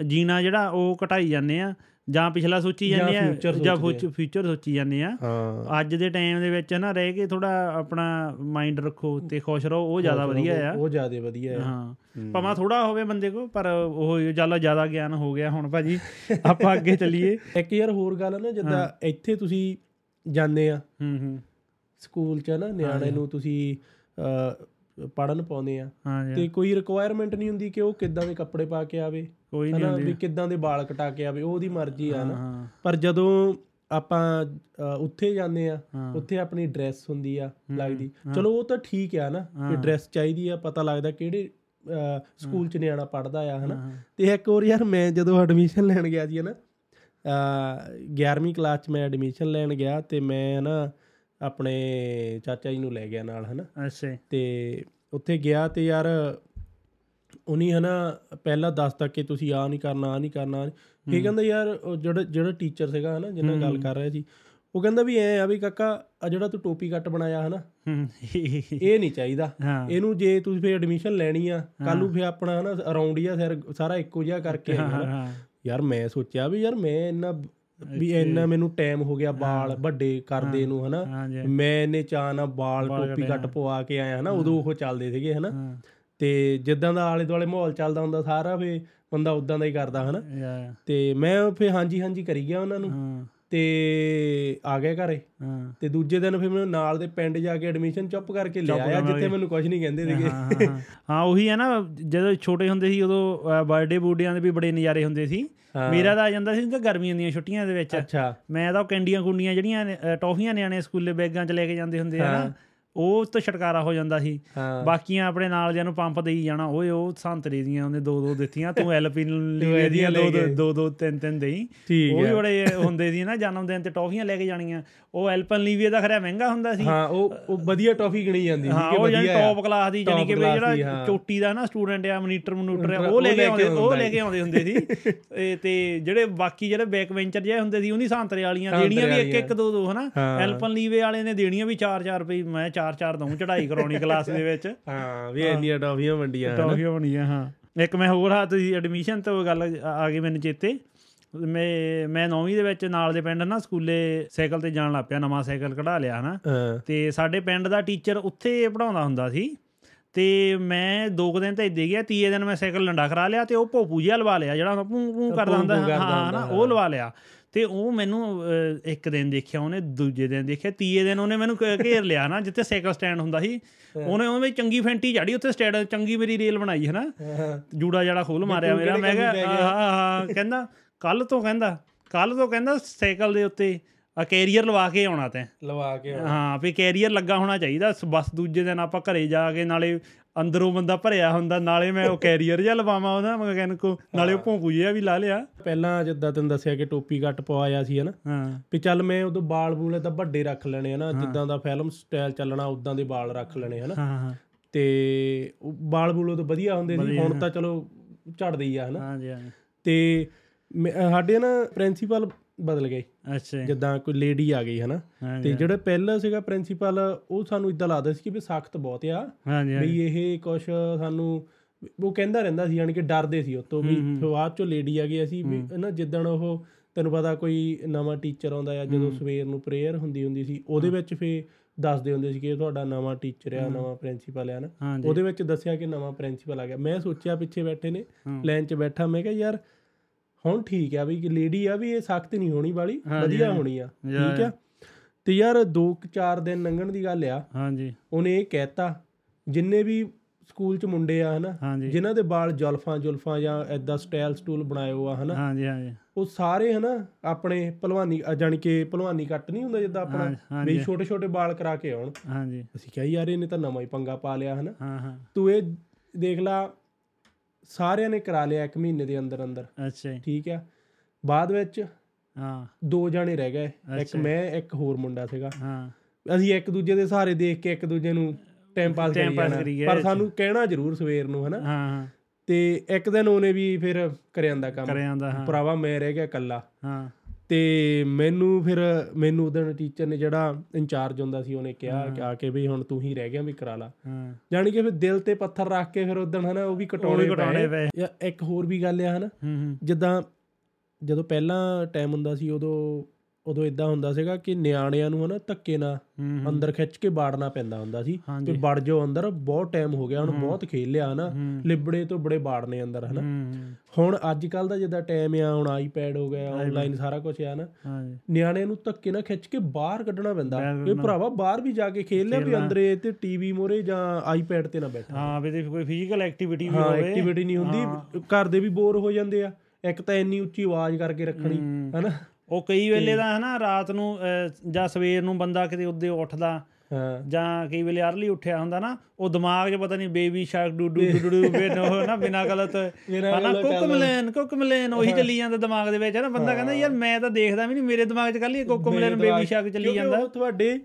Speaker 1: ਜੀਣਾ ਜਿਹੜਾ ਉਹ ਘਟਾਈ ਜਾਂਦੇ ਆ ਜਾਂ ਪਿਛਲਾ ਸੋਚੀ
Speaker 2: ਜਾਂ
Speaker 1: ਜਾਂਦੇ ਆ
Speaker 2: future
Speaker 1: ਜਾਂ
Speaker 2: ਸੋਚਦੇ
Speaker 1: ਫਿਊਚਰ ਸੋਚੀ ਜਾਂਦੇ ਆ
Speaker 2: ਹਾਂ
Speaker 1: ਅੱਜ ਦੇ ਟਾਈਮ ਦੇ ਵਿੱਚ ਨਾ ਰਹਿ ਕੇ ਥੋੜਾ ਆਪਣਾ ਮਾਈਂਡ ਰੱਖੋ ਤੇ ਖੁਸ਼ ਰਹੋ ਉਹ ਜ਼ਿਆਦਾ ਵਧੀਆ ਆ
Speaker 2: ਉਹ ਜ਼ਿਆਦਾ ਵਧੀਆ ਹੈ
Speaker 1: ਹਾਂ ਭਾਵੇਂ ਥੋੜਾ ਹੋਵੇ ਬੰਦੇ ਕੋ ਪਰ ਉਹ ਜਿਆਦਾ ਜ਼ਿਆਦਾ ਗਿਆਨ ਹੋ ਗਿਆ ਹੁਣ ਭਾਜੀ ਆਪਾਂ ਅੱਗੇ ਚੱਲੀਏ
Speaker 2: ਇੱਕ ਯਾਰ ਹੋਰ ਗੱਲ ਆ ਨਾ ਜਿੱਦਾਂ ਇੱਥੇ ਤੁਸੀਂ ਜਾਂਦੇ ਆ
Speaker 1: ਹੂੰ ਹੂੰ
Speaker 2: ਸਕੂਲ 'ਚ ਨਾ ਨਿਆਣੇ ਨੂੰ ਤੁਸੀਂ ਪੜਨ ਪਾਉਂਦੇ ਆ
Speaker 1: ਹਾਂ ਜੀ
Speaker 2: ਤੇ ਕੋਈ ਰਿਕੁਆਇਰਮੈਂਟ ਨਹੀਂ ਹੁੰਦੀ ਕਿ ਉਹ ਕਿੱਦਾਂ ਦੇ ਕੱਪੜੇ ਪਾ ਕੇ ਆਵੇ
Speaker 1: ਕੋਈ ਨਹੀਂ
Speaker 2: ਹਨਾ
Speaker 1: ਹੁੰਦੀ
Speaker 2: ਵੀ ਕਿੱਦਾਂ ਦੇ ਵਾਲ ਕਟਾ ਕੇ ਆਵੇ ਉਹ ਉਹਦੀ ਮਰਜ਼ੀ ਆ ਨਾ
Speaker 1: ਹਾਂ
Speaker 2: ਪਰ ਜਦੋਂ ਆਪਾਂ ਅ, ਉੱਥੇ ਜਾਂਦੇ ਆ
Speaker 1: ਹਾਂ।
Speaker 2: ਉੱਥੇ ਆਪਣੀ ਡਰੈਸ ਹੁੰਦੀ ਆ ਲੱਗਦੀ ਚਲੋ ਉਹ ਤਾਂ ਠੀਕ ਆ ਨਾ ਕਿ ਡਰੈਸ ਚਾਹੀਦੀ ਆ ਪਤਾ ਲੱਗਦਾ ਕਿਹੜੇ ਅ, ਸਕੂਲ ਚ ਨਿਆਣਾ ਪੜਦਾ ਆ ਹਨਾ
Speaker 1: ਹਾਂ।
Speaker 2: ਤੇ ਇੱਕ ਹੋਰ ਯਾਰ ਮੈਂ ਜਦੋਂ ਐਡਮਿਸ਼ਨ ਲੈਣ ਗਿਆ ਸੀ ਨਾ ਅ 11ਵੀਂ ਕਲਾਸ ਚ ਮੈਂ ਐਡਮਿਸ਼ਨ ਲੈਣ ਗਿਆ ਤੇ ਮੈਂ ਨਾ ਆਪਣੇ ਚਾਚਾ ਜੀ ਨੂੰ ਲੈ ਗਿਆ ਨਾਲ ਹਨਾ
Speaker 1: ਅੱਛਾ ਜੀ।
Speaker 2: ਤੇ ਉੱਥੇ ਗਿਆ ਤੇ ਯਾਰ ਉਨੀ ਹਨਾ ਪਹਿਲਾਂ ਦੱਸ ਤੱਕ ਕਿ ਤੁਸੀਂ ਆ ਨਹੀਂ ਕਰਨਾ ਆ ਨਹੀਂ ਕਰਨਾ ਆਹ ਨੀ। ਇਹ ਕਹਿੰਦਾ ਯਾਰ ਉਹ ਜਿਹੜਾ ਜਿਹੜਾ ਟੀਚਰ ਸੀਗਾ ਹਨਾ ਜਿਹਨਾਂ ਨਾਲ ਗੱਲ ਕਰ ਰਿਹਾ ਸੀ ਉਹ ਕਹਿੰਦਾ ਵੀ ਐ ਆ ਵੀ ਕਾਕਾ ਆ ਜਿਹੜਾ ਤੂੰ ਟੋਪੀ ਕੱਟ ਬਣਾਇਆ ਹਨਾ
Speaker 1: ਹੂੰ।
Speaker 2: ਇਹ ਨਹੀਂ ਚਾਹੀਦਾ
Speaker 1: ਹਾਂ
Speaker 2: ਇਹਨੂੰ ਜੇ ਤੁਸੀਂ ਫੇਰ ਐਡਮਿਸ਼ਨ ਲੈਣੀ ਆ ਕੱਲ ਨੂੰ ਫੇਰ ਆਪਣਾ ਹਨਾ ਅਰਾਊਂਡ ਹੀ ਆ ਸਿਰ ਸਾਰਾ ਇੱਕੋ ਜਿਹਾ ਕਰਕੇ ਆਏਗਾ
Speaker 1: ਹਾਂ
Speaker 2: ਹਨਾ।
Speaker 1: ਹਾਂ।
Speaker 2: ਯਾਰ ਮੈਂ ਸੋਚਿਆ ਵੀ ਯਾਰ ਮੈਂ ਇੰਨਾ ਵੀ ਇੰਨਾ ਮੈਨੂੰ ਟਾਈਮ ਹੋ ਗਿਆ ਵਾਲ ਵੱਡੇ ਕਰਦੇ ਨੂੰ ਹਨਾ
Speaker 1: ਹਾਂ ਜੀ
Speaker 2: ਮੈਂ ਇੰਨੇ ਚਾਅ ਨਾਲ ਵਾਲ ਟੋਪੀ ਕੱਟ ਪਵਾ ਕੇ ਆਇਆ ਹਨਾ ਉਦੋਂ ਉਹ ਚੱਲਦੇ ਸੀਗੇ ਹਨਾ
Speaker 1: ਹਾਂ
Speaker 2: ਤੇ ਜਿੱਦਾਂ ਦਾ ਆਲੇ ਦੁਆਲੇ ਮਾਹੌਲ ਚੱਲਦਾ ਹੁੰਦਾ ਸਾਰਾ ਫੇ ਬੰਦਾ ਉਦਾਂ ਦਾ ਹੀ ਕਰਦਾ ਹਨਾ
Speaker 1: ਯਾ
Speaker 2: ਤੇ ਮੈਂ ਫੇ ਹਾਂਜੀ ਹਾਂਜੀ ਕਰੀ ਗਿਆ ਉਹਨਾਂ ਨੂੰ
Speaker 1: ਹਾਂ
Speaker 2: ਤੇ ਆ ਗਏ ਘਰੇ
Speaker 1: ਹਾਂ
Speaker 2: ਤੇ ਦੂਜੇ ਦਿਨ ਫੇ ਮੈਨੂੰ ਨਾਲ ਦੇ ਪਿੰਡ ਜਾ ਕੇ ਐਡਮਿਸ਼ਨ ਚੁੱਪ ਕਰਕੇ ਲੈ ਆਇਆ ਜਿੱਥੇ ਮੈਨੂੰ ਕੁਝ ਨਹੀਂ ਕਹਿੰਦੇ ਸੀਗੇ
Speaker 1: ਹਾਂ, ਹਾਂ। ਹਾਂ ਉਹੀ ਹੈ ਨਾ ਜਦੋਂ ਛੋਟੇ ਹੁੰਦੇ ਸੀ ਉਦੋਂ ਬਰਥਡੇ ਬੂਡਿਆਂ ਦੇ ਵੀ ਬੜੇ ਨਜ਼ਾਰੇ ਹੁੰਦੇ ਸੀ ਮੇਰਾ ਤਾਂ ਆ ਜਾਂਦਾ ਸੀ ਕਿ ਗਰਮੀਆਂ ਦੀਆਂ ਛੁੱਟੀਆਂ ਦੇ ਵਿੱਚ
Speaker 2: ਅੱਛਾ
Speaker 1: ਮੈਂ ਤਾਂ ਉਹ ਕੈਂਡੀਆਂ ਕੁੰਡੀਆਂ ਜਿਹੜੀਆਂ ਨੇ, ਅ, ਟੌਫੀਆਂ ਨਿਆਣੇ ਸਕੂਲੇ ਬੈਗਾਂ 'ਚ ਲੈ ਕੇ ਜਾਂਦੇ ਹੁੰਦੇ ਆ ਨਾ ਉਹ ਤੋਂ ਛਟਕਾਰਾ ਹੋ ਜਾਂਦਾ ਸੀ
Speaker 2: ਹਾਂ
Speaker 1: ਬਾਕੀਆਂ ਆਪਣੇ ਨਾਲ ਜਿਆਂ ਨੂੰ ਪੰਪ ਦੇਈ ਜਾਣਾ ਓਏ ਉਹ ਸੰਤਰੇ ਦੀਆਂ ਉਹਨੇ ਦੋ ਦੋ ਦਿੱਤੀਆਂ ਤੂੰ ਐਲਪੀ
Speaker 2: ਤੂੰ
Speaker 1: ਲਈ
Speaker 2: ਇਹਦੀਆਂ
Speaker 1: ਦੀਆਂ
Speaker 2: ਲੈ
Speaker 1: ਦੋ
Speaker 2: ਕੇ।
Speaker 1: ਦੋ- ਦੋ ਦੋ ਤਿੰਨ ਤਿੰਨ ਦੇਈ
Speaker 2: ਠੀਕ
Speaker 1: ਉਹ ਵੀ
Speaker 2: ਹੈ।
Speaker 1: ਬੜੇ ਹੁੰਦੇ ਸੀ ਨਾ ਜਨਮ ਦਿਨ ਤੇ ਟੌਫੀਆਂ ਲੈ ਕੇ ਜਾਣੀਆਂ ਉਹ ਐਲਪਨ ਲੀਵੀਆ ਦਾ ਖਰਿਆ ਮਹਿੰਗਾ ਹੁੰਦਾ ਸੀ
Speaker 2: ਹਾਂ ਉਹ ਉਹ ਵਧੀਆ ਟੌਫੀ ਗਿਣੀ ਜਾਂਦੀ
Speaker 1: ਹਾਂ
Speaker 2: ਕਿ
Speaker 1: ਉਹ ਜਿਹੜੀ
Speaker 2: ਵਧੀਆ ਆ।
Speaker 1: ਟੌਪ ਕਲਾਸ ਦੀ ਜਾਨੀ
Speaker 2: Top
Speaker 1: ਕਿ ਵੀ
Speaker 2: class ਦੀ,
Speaker 1: ਜਿਹੜਾ
Speaker 2: ਹਾਂ।
Speaker 1: ਚੋਟੀ ਦਾ ਨਾ ਸਟੂਡੈਂਟ ਆ ਮਨੀਟਰ ਮਨੂਟਰ ਆ,
Speaker 2: Monitor,
Speaker 1: ਉਹ ਲੈ ਕੇ ਆਉਂਦੇ
Speaker 2: ਹੁੰਦਾ
Speaker 1: ਉਹ ਲੈ ਕੇ ਆਉਂਦੇ ਹੁੰਦੇ ਸੀ ਇਹ ਤੇ ਜਿਹੜੇ ਬਾਕੀ ਜਿਹੜੇ ਬੈਕ ਵੈਂਚਰ ਜਿਹੇ ਹੁੰਦੇ ਸੀ ਉਹਨੀ ਸੰਤਰੇ ਵਾਲੀਆਂ
Speaker 2: ਸੰਤਰੇ
Speaker 1: ਦੇਣੀਆਂ ਵੀ ਇੱਕ
Speaker 2: ਵਾਲੀਆਂ।
Speaker 1: ਇੱਕ ਦੋ ਦੋ ਹਨਾ
Speaker 2: ਹਾਂ।
Speaker 1: ਐਲਪਨ ਲੀਵੇ ਵਾਲੇ ਨੇ ਦੇਣੀਆਂ ਵੀ 4-4 ਰੁਪਏ ਮੈਂ 4-4 ਦਊਂ ਚੜਾਈ ਕਰਾਉਣੀ ਕਲਾਸ ਦੇ ਵਿੱਚ
Speaker 2: ਹਾਂ ਵੀ ਇੰਨੀਆਂ ਟੌਫੀਆਂ ਵੰਡੀਆਂ ਹਨਾ।
Speaker 1: ਟੌਫੀ ਹੋਣੀ ਆ ਹਾਂ ਇੱਕ ਮੈਂ ਹੋਰ ਹੱਥ ਸੀ ਐਡਮਿਸ਼ਨ ਤੋਂ ਗੱਲ ਆ- ਆ ਗਈ ਮੈਨੂੰ ਚੇਤੇ ਮੈਂ ਮੈਂ 9ਵੀਂ ਦੇ ਵਿੱਚ ਨਾਲ ਦੇ ਪਿੰਡ ਨਾ ਸਕੂਲੇ ਸਾਈਕਲ ਤੇ ਜਾਣ ਲੱਗ ਪਿਆ ਨਵਾਂ ਸਾਈਕਲ ਕਢਾ ਲਿਆ ਹਨਾ
Speaker 2: ਹਾਂ
Speaker 1: ਤੇ ਸਾਡੇ ਪਿੰਡ ਦਾ ਟੀਚਰ ਉੱਥੇ ਪੜਾਉਂਦਾ ਹੁੰਦਾ ਸੀ ਤੇ ਮੈਂ ਦੋ ਕੁ ਦਿਨ ਤਾਂ ਇੱਦੇ ਗਿਆ ਤੀਏ ਦਿਨ ਮੈਂ ਸਾਈਕਲ ਲੰਡਾ ਕਰਾ ਲਿਆ ਤੇ ਉਹ ਭੋਪੂ ਜਿਹਾ ਲਵਾ ਲਿਆ ਜਿਹੜਾ ਪੂੰ ਪੂੰ ਕਰਦਾ
Speaker 2: ਭੂੰ
Speaker 1: ਹੁੰਦਾ
Speaker 2: ਭੂੰ
Speaker 1: ਹਾਂ
Speaker 2: ਕਰਦਾ
Speaker 1: ਹਾਂ ਨਾ
Speaker 2: ਹੁੰਦਾ,
Speaker 1: ਉਹ ਲਵਾ ਲਿਆ ਤੇ ਉਹ ਮੈਨੂੰ ਅਹ, ਇੱਕ ਦਿਨ ਦੇਖਿਆ ਉਹਨੇ ਦੂਜੇ ਦਿਨ ਦੇਖਿਆ ਤੀਏ ਦਿਨ ਉਹਨੇ ਮੈਨੂੰ ਘ- ਘੇਰ ਲਿਆ ਨਾ ਜਿੱਥੇ ਸਾਈਕਲ ਸਟੈਂਡ ਹੁੰਦਾ ਸੀ ਉਹਨੇ ਉਹਵੇਂ ਚੰਗੀ ਫੈਂਟੀ ਝਾੜੀ ਉੱਥੇ ਸਟੈਂਡ ਚੰਗੀ ਮੇਰੀ ਰੇਲ ਬਣਾਈ ਹੈ ਨਾ
Speaker 2: ਹਾਂ।
Speaker 1: ਜੂੜਾ ਜੜਾ ਖੋਲ ਮਾਰਿਆ
Speaker 2: ਤੂੰ
Speaker 1: ਮੇਰਾ
Speaker 2: ਕਿਹੜੇ
Speaker 1: ਮੈਂ ਕਿਹਾ
Speaker 2: ਕੰਮ 'ਚ ਪੈ
Speaker 1: ਹਾਂ
Speaker 2: ਗਿਆ?
Speaker 1: ਹਾਂ ਕਹਿੰਦਾ ਕੱਲ ਤੋਂ ਕਹਿੰਦਾ ਕੱਲ ਤੋਂ ਕਹਿੰਦਾ ਸਾਈਕਲ ਦੇ ਉੱਤੇ ਆ ਕੈਰੀਅਰ ਲਵਾ ਕੇ ਆਉਣਾ ਤੈਂ
Speaker 2: ਲਵਾ ਕੇ ਆਉਣਾ।
Speaker 1: ਹਾਂ ਵੀ ਕੈਰੀਅਰ ਲੱਗਾ ਹੋਣਾ ਚਾਹੀਦਾ ਸ- ਬਸ ਦੂਜੇ ਦਿਨ ਆਪਾਂ ਘਰੇ ਜਾ ਕੇ ਨਾਲੇ ਅੰਦਰੋਂ ਬੰਦਾ ਭਰਿਆ ਹੁੰਦਾ ਨਾਲੇ ਮੈਂ ਉਹ ਕੈਰੀਅਰ ਜਿਹਾ ਲਵਾਵਾਂ ਉਹਦਾ ਮਕੈਨਿਕ ਕੋ ਨਾਲੇ ਉਹ ਭੌਂਕੂ ਜਿਹਾ ਵੀ ਲਾ ਲਿਆ
Speaker 2: ਪਹਿਲਾਂ ਜਿੱਦਾਂ ਤੈਨੂੰ ਦੱਸਿਆ ਕਿ ਟੋਪੀ ਘੱਟ ਪਵਾਇਆ ਸੀ ਹਨਾ
Speaker 1: ਹਾਂ
Speaker 2: ਵੀ ਚੱਲ ਮੈਂ ਉਦੋਂ ਬਾਲ ਬੂਲੇ ਤਾਂ ਵੱਡੇ ਰੱਖ ਲੈਣੇ ਹਨਾ ਜਿੱਦਾਂ ਦਾ ਫਿਲਮ ਸਟਾਈਲ ਚੱਲਣਾ ਉਦਾਂ ਦੇ ਬਾਲ ਰੱਖ ਲੈਣੇ ਹਨਾ
Speaker 1: ਹਾਂ ਹਾਂ
Speaker 2: ਤੇ ਉਹ ਬਾਲ ਬੂਲੇ ਤਾਂ ਵਧੀਆ ਹੁੰਦੇ ਸੀ ਹੁਣ ਤਾਂ ਚਲੋ ਝੜਦੇ ਹੀ ਆ ਹਨਾ
Speaker 1: ਹਾਂ ਜੀ ਹਾਂ ਜੀ।
Speaker 2: ਤੇ ਮੈਂ- ਸਾਡੇ ਨਾ ਪ੍ਰਿੰਸੀਪਲ ਬਦਲ ਗਏ
Speaker 1: ਅੱਛਾ ਜੀ।
Speaker 2: ਜਿੱਦਾਂ ਕੋਈ ਲੇਡੀ ਆ ਗਈ ਹਨਾ
Speaker 1: ਹਾਂ ਜੀ
Speaker 2: ਤੇ ਜਿਹੜਾ ਪਹਿਲਾਂ ਸੀਗਾ ਪ੍ਰਿੰਸੀਪਲ ਉਹ ਸਾਨੂੰ ਇਦਾਂ ਲੱਗਦਾ ਸੀ ਕਿ ਵੀ ਸਖਤ ਬਹੁਤ ਆ
Speaker 1: ਹਾਂ ਜੀ ਹਾਂ ਜੀ।
Speaker 2: ਵੀ ਇਹ ਕੁਛ ਸਾਨੂੰ ਉਹ ਕਹਿੰਦਾ ਰਹਿੰਦਾ ਸੀ ਯਾਨੀ ਕਿ ਡਰਦੇ ਸੀ ਉਹ ਤੋਂ ਵੀ ਫਿਰ ਬਾਅਦ ਚੋਂ ਲੇਡੀ ਆ ਗਈ ਅਸੀਂ ਵੀ ਨਾ ਜਿੱਦਣ ਉਹ ਤੈਨੂੰ ਪਤਾ ਕੋਈ ਨਵਾਂ ਟੀਚਰ ਆਉਂਦਾ ਆ ਜਦੋਂ ਸਵੇਰ ਨੂੰ ਪ੍ਰੇਅਰ ਹੁੰਦੀ ਹੁੰਦੀ ਸੀ ਉਹਦੇ ਵਿੱਚ ਫੇ ਦੱਸਦੇ ਹੁੰਦੇ ਸੀ ਕਿ ਇਹ ਤੁਹਾਡਾ ਨਵਾਂ ਟੀਚਰ ਆ ਨਵਾਂ ਪ੍ਰਿੰਸੀਪਲ ਆ ਨਾ
Speaker 1: ਹਾਂ ਜੀ
Speaker 2: ਉਹਦੇ ਵਿੱਚ ਦੱਸਿਆ ਕਿ ਨਵਾਂ ਪ੍ਰਿੰਸੀਪਲ ਆ ਗਿਆ ਮੈਂ ਸੋਚਿਆ ਪਿੱਛੇ ਬੈਠੇ ਨੇ
Speaker 1: ਹਾਂ।
Speaker 2: ਲਾਈਨ 'ਚ ਬੈਠਾ ਮੈਂ ਕਿਹਾ ਯਾਰ ਹੁਣ ਠੀਕ ਆ ਵੀ ਲੇਡੀ ਆ ਵੀ ਇਹ ਸਖਤ ਨਹੀਂ ਹੋਣੀ ਵਾਲੀ
Speaker 1: ਹਾਂ ਜੀ,
Speaker 2: ਵਧੀਆ
Speaker 1: ਹਾਂ।
Speaker 2: ਹੋਣੀ ਆ
Speaker 1: ਯਾਰ।
Speaker 2: ਠੀਕ ਆ ਤੇ ਯਾਰ 2-4 ਦਿਨ ਲੰਘਣ ਦੀ ਗੱਲ ਆ
Speaker 1: ਹਾਂ ਜੀ
Speaker 2: ਉਹਨੇ ਇਹ ਕਹਿਤਾ ਜਿੰਨੇ ਵੀ ਸਕੂਲ 'ਚ ਮੁੰਡੇ ਆ ਹਨਾ
Speaker 1: ਹਾਂ ਜੀ
Speaker 2: ਜਿਨ੍ਹਾਂ ਦੇ ਵਾਲ ਜੁਲਫਾਂ ਜੁਲਫਾਂ ਜਾਂ ਐਦਾਂ ਸਟਾਈਲ ਸਟੂਲ ਬਣਾਏ ਹੋਆ ਹਨਾ
Speaker 1: ਹਾਂ ਜੀ ਹਾਂ ਜੀ
Speaker 2: ਉਹ ਸਾਰੇ ਹਨਾ ਆਪਣੇ ਭਲਵਾਨੀ ਅ, ਜਾਣੀ ਕਿ ਭਲਵਾਨੀ ਕੱਟ ਨਹੀਂ ਹੁੰਦਾ ਜਿੱਦਾਂ ਆਪਣਾ
Speaker 1: ਹਾਂ,
Speaker 2: ਵੀ ਛੋਟੇ ਛੋਟੇ ਵਾਲ ਕਰਾ ਕੇ ਆਉਣ
Speaker 1: ਹਾਂ ਜੀ
Speaker 2: ਅਸੀਂ ਕਿਹਾ ਯਾਰ ਇਹਨੇ ਤਾਂ ਨਵਾਂ ਹੀ ਪੰਗਾ ਪਾ ਲਿਆ ਹਨਾ
Speaker 1: ਹਾਂ ਹਾਂ
Speaker 2: ਤੂੰ ਇਹ ਦੇਖ ਲਾ ਸਾਰਿਆਂ ਨੇ ਕਰਾ ਲਿਆ ਇੱਕ ਮਹੀਨੇ ਦੇ ਅੰਦਰ ਅੰਦਰ
Speaker 1: ਅੱਛਾ ਜੀ
Speaker 2: ਠੀਕ ਆ ਬਾਅਦ ਵਿੱਚ
Speaker 1: ਹਾਂ
Speaker 2: ਦੋ ਜਾਣੇ ਰਹਿ ਗਏ ਇੱਕ
Speaker 1: ਅੱਛਾ।
Speaker 2: ਮੈਂ ਇੱਕ ਹੋਰ ਮੁੰਡਾ ਸੀਗਾ
Speaker 1: ਹਾਂ
Speaker 2: ਅਸੀਂ ਇੱਕ ਦੂਜੇ ਦੇ ਸਹਾਰੇ ਦੇਖ ਕੇ ਇੱਕ ਦੂਜੇ ਨੂੰ ਟਾਈਮ ਪਾਸ
Speaker 1: Time
Speaker 2: ਕਰੀ
Speaker 1: pass
Speaker 2: ਜਾਣਾ
Speaker 1: ਕਰੀ ਗਏ
Speaker 2: ਪਰ
Speaker 1: ਇਹ 'ਚ।
Speaker 2: ਸਾਨੂੰ ਕਹਿਣਾ ਜ਼ਰੂਰ ਸਵੇਰ ਨੂੰ ਹਨਾ
Speaker 1: ਹਾਂ
Speaker 2: ਤੇ ਇੱਕ ਦਿਨ ਉਹਨੇ ਵੀ ਫਿਰ ਕਰਿਆਂਦਾ ਕੰਮ
Speaker 1: ਕਰਿਆ ਜਾਂਦਾ ਹਾਂ
Speaker 2: ਭਰਾਵਾ ਮੈਂ ਰਹਿ ਗਿਆ ਇਕੱਲਾ
Speaker 1: ਹਾਂ
Speaker 2: ਤੇ ਮੈਨੂੰ ਫਿਰ ਮੈਨੂੰ ਉਹਦਣ ਟੀਚਰ ਨੇ ਜਿਹੜਾ ਇੰਚਾਰਜ ਹੁੰਦਾ ਸੀ ਉਹਨੇ ਕਿਹਾ ਕਿ ਆ ਕੇ ਵੀ ਹੁਣ ਤੂੰ ਹੀ ਰਹਿ ਗਿਆ ਵੀ ਕਰਾ ਲਾ
Speaker 1: ਹਾਂ
Speaker 2: ਜਾਣੀ ਕਿ ਫਿਰ ਦਿਲ ਤੇ ਪੱਥਰ ਰੱਖ ਕੇ ਫਿਰ ਉਦੋਂ ਹਨਾ ਉਹ ਵੀ ਕਟਾਉਣੇ
Speaker 1: ਕਟਾਉਣੇ
Speaker 2: ਪਏ
Speaker 1: ਪਏ।
Speaker 2: ਜਾਂ ਇੱਕ ਹੋਰ ਵੀ ਗੱਲ ਆ ਹਨਾ
Speaker 1: ਹੂੰ ਹੂੰ
Speaker 2: ਜਿੱਦਾਂ ਜਦੋਂ ਪਹਿਲਾਂ ਟਾਈਮ ਹੁੰਦਾ ਸੀ ਉਦੋਂ ਉਦੋਂ ਇਦਾਂ ਹੁੰਦਾ ਸੀਗਾ ਕਿ ਨਿਆਣਿਆਂ ਨੂੰ ਹਨਾ ਧੱਕੇ ਨਾਲ
Speaker 1: ਹੂੰ, ਹੂੰ
Speaker 2: ਅੰਦਰ ਖਿੱਚ ਕੇ ਬਾੜਨਾ ਪੈਂਦਾ ਹੁੰਦਾ ਸੀ
Speaker 1: ਹਾਂਜੀ।
Speaker 2: ਤੇ ਵੜ ਜਾਓ ਅੰਦਰ ਬਹੁਤ ਟਾਈਮ ਹੋ ਗਿਆ ਹੁਣ ਬਹੁਤ ਖੇਲ ਲਿਆ ਹਨਾ
Speaker 1: ਹੂੰ।
Speaker 2: ਲਿਬੜੇ ਤੋਂ ਬੜੇ ਬਾੜਨੇ ਅੰਦਰ ਹਨਾ
Speaker 1: ਹੂੰ, ਹੂੰ
Speaker 2: ਹੁਣ ਅੱਜ ਕੱਲ ਦਾ ਜਿੱਦਾਂ ਟਾਈਮ ਆ ਹੁਣ ਆਈਪੈਡ ਹੋ ਗਿਆ ਆਨਲਾਈਨ ਸਾਰਾ ਕੁਝ ਆ ਨਾ
Speaker 1: ਹਾਂ ਜੀ
Speaker 2: ਨਿਆਣੇ ਨੂੰ ਧੱਕੇ ਨਾਲ ਖਿੱਚ ਕੇ ਬਾਹਰ ਕੱਢਣਾ ਪੈਂਦਾ
Speaker 1: ਬਾਹਰ
Speaker 2: ਇਹ ਭਰਾਵਾ ਬਾਹਰ ਵੀ ਜਾ ਕੇ ਖੇਲ ਲਿਆ ਵੀ ਅੰਦਰੇ ਤੇ ਟੀਵੀ ਮੋਰੇ ਜਾਂ ਆਈਪੈਡ ਤੇ ਨਾ ਬੈਠਾ
Speaker 1: ਹਾਂ ਵੀ ਇਹਦੇ ਕੋਈ ਫਿਜ਼ੀਕਲ ਐਕਟੀਵਿਟੀ ਵੀ
Speaker 2: ਹਾਂ
Speaker 1: ਹੋਵੇ
Speaker 2: ਐਕਟੀਵਿਟੀ ਨਹੀਂ ਹੁੰਦੀ ਘਰ ਦੇ ਵੀ ਬੋਰ ਹੋ ਜਾਂਦੇ ਆ ਇੱਕ ਤਾਂ ਇੰਨੀ ਉੱਚੀ ਆਵਾਜ਼ ਕਰਕੇ ਰੱਖਣੀ ਹਨਾ
Speaker 1: ਉਹ ਕਈ ਵੇਲੇ ਦਾ ਹਨਾ ਰਾਤ ਨੂੰ ਅਹ, ਜਾਂ ਸਵੇਰ ਨੂੰ ਬੰਦਾ ਕਿਤੇ ਉੱਦੇ ਉੱਠਦਾ
Speaker 2: ਹਾਂ
Speaker 1: ਜਾਂ ਕਈ ਵੇਲੇ ਅਰਲੀ ਉੱਠਿਆ ਹੁੰਦਾ ਨਾ ਉਹ ਦਿਮਾਗ 'ਚ ਪਤਾ ਨਹੀਂ baby shark do do do do ਬੇਨ ਉਹ ਨਾ ਬਿਨਾ ਗਲਤ
Speaker 2: ਬਿਨਾਂ
Speaker 1: ਹਨਾ ਕੁੱਕ ਮਲੇਨ ਕੁੱਕ ਮਲੇਨ ਉਹੀ ਚੱਲੀ ਜਾਂਦਾ ਦਿਮਾਗ ਦੇ ਵਿੱਚ ਨਾ ਬੰਦਾ ਕਹਿੰਦਾ ਯਾਰ ਮੈਂ ਤਾਂ ਦੇਖਦਾ ਵੀ ਨਹੀਂ ਮੇਰੇ ਦਿਮਾਗ 'ਚ ਕੱਲੀ ਕੁੱਕ ਮਲੇਨ ਬੇਬੀ ਸ਼ਾਰਕ ਚੱਲੀ
Speaker 2: ਕਿਉਂਕਿ
Speaker 1: ਜਾਂਦਾ
Speaker 2: ਉਹ ਤੁਹਾਡੇ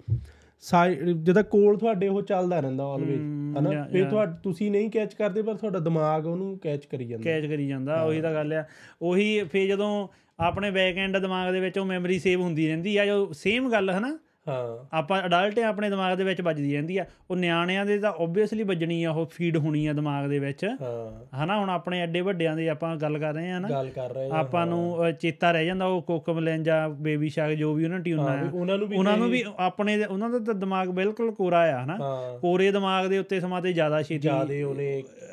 Speaker 2: ਸਾਈ- ਜਿਹਦਾ ਕੋਲ ਤੁਹਾਡੇ ਉਹ ਚੱਲਦਾ ਰਹਿੰਦਾ ਆਲਵੇਜ਼
Speaker 1: ਹਮ,
Speaker 2: ਹਨਾ
Speaker 1: ਯਾ-
Speaker 2: ਫਿਰ ਤੁਹਾਡ ਤੁਸੀਂ ਨਹੀਂ ਕੈਚ ਕਰਦੇ ਪਰ ਤੁਹਾਡਾ ਦਿਮਾਗ ਉਹਨੂੰ ਕੈਚ ਕਰੀ ਜਾਂਦਾ
Speaker 1: ਕੈਚ ਕਰੀ ਜਾਂਦਾ ਉਹੀ ਤਾਂ ਗੱਲ ਆ ਉਹੀ ਫੇ ਜਦੋਂ ਆਪਣੇ ਬੈਕ ਐਂਡ ਦਿਮਾਗ ਦੇ ਵਿੱਚ ਉਹ ਮੈਮਰੀ ਸੇਵ ਹੁੰਦੀ ਰਹਿੰਦੀ ਆ ਜੋ ਸੇਮ ਗੱਲ ਹਨਾ
Speaker 2: ਹਾਂ
Speaker 1: ਆਪਾਂ ਅਡਲਟ ਆ ਆਪਣੇ ਦਿਮਾਗ ਦੇ ਵਿੱਚ ਵੱਜਦੀ ਰਹਿੰਦੀ ਆ ਉਹ ਨਿਆਣਿਆਂ ਦੇ ਤਾਂ ਓਬਵੀਅਸਲੀ ਵੱਜਣੀ ਆ ਉਹ ਫੀਡ ਹੋਣੀ ਆ ਦਿਮਾਗ ਦੇ ਵਿੱਚ
Speaker 2: ਹਾਂ
Speaker 1: ਹਨਾ ਹੁਣ ਆਪਣੇ ਐਡੇ ਵੱਡਿਆਂ ਦੀ ਆਪਾਂ ਗੱਲ ਕਰ ਰਹੇ ਆ ਨਾ
Speaker 2: ਗੱਲ ਕਰ ਰਹੇ ਹਾਂ
Speaker 1: ਆਪਾਂ ਨੂੰ ਅ, ਚੇਤਾ ਰਹਿ ਜਾਂਦਾ ਉਹ ਕੋਕਮ ਲੈਂਜਾ ਬੇਬੀ ਸ਼ਾਰਕ ਜੋ ਵੀ ਉਹਨਾਂ ਟਿਊਨਾਂ
Speaker 2: ਵੀ
Speaker 1: ਆ
Speaker 2: ਉਹਨਾਂ ਨੂੰ ਵੀ
Speaker 1: ਉਹਨਾਂ ਨੂੰ ਵੀ ਆਪਣੇ ਦੇ- ਉਹਨਾਂ ਦਾ ਤਾਂ ਦਿਮਾਗ ਬਿਲਕੁਲ ਕੋਰਾ ਆ ਹਨਾ
Speaker 2: ਹਾਂ
Speaker 1: ਕੋਰੇ ਦਿਮਾਗ ਦੇ ਉੱਤੇ ਸਮਾਂ ਤੇ ਜ਼ਿਆਦਾ ਛੇਤੀ
Speaker 2: ਜਿਆਦੇ ਉਹਨੇ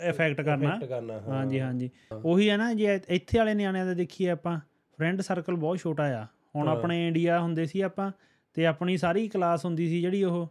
Speaker 1: ਇਫੈਕਟ ਕਰਨਾ
Speaker 2: effect ਕਰਨਾ ਹਾਂ
Speaker 1: ਹਾਂਜੀ ਹਾਂਜੀ ਉਹੀ ਹੈ ਨਾ ਜੇ ਇ- ਇੱਥੇ ਵਾਲੇ ਨਿਆਣਿਆਂ ਦਾ ਦੇਖੀਏ ਆਪਾਂ ਫਰੈਂਡ ਸਰਕਲ ਬਹੁਤ ਛੋਟਾ ਆ ਹੁਣ ਆਪਣੇ ਇੰਡੀਆ ਹੁੰਦੇ ਸੀ ਆਪਾਂ ਤੇ ਆਪਣੀ ਸਾਰੀ ਕਲਾਸ ਹੁੰਦੀ ਸੀ ਜਿਹੜੀ ਉਹ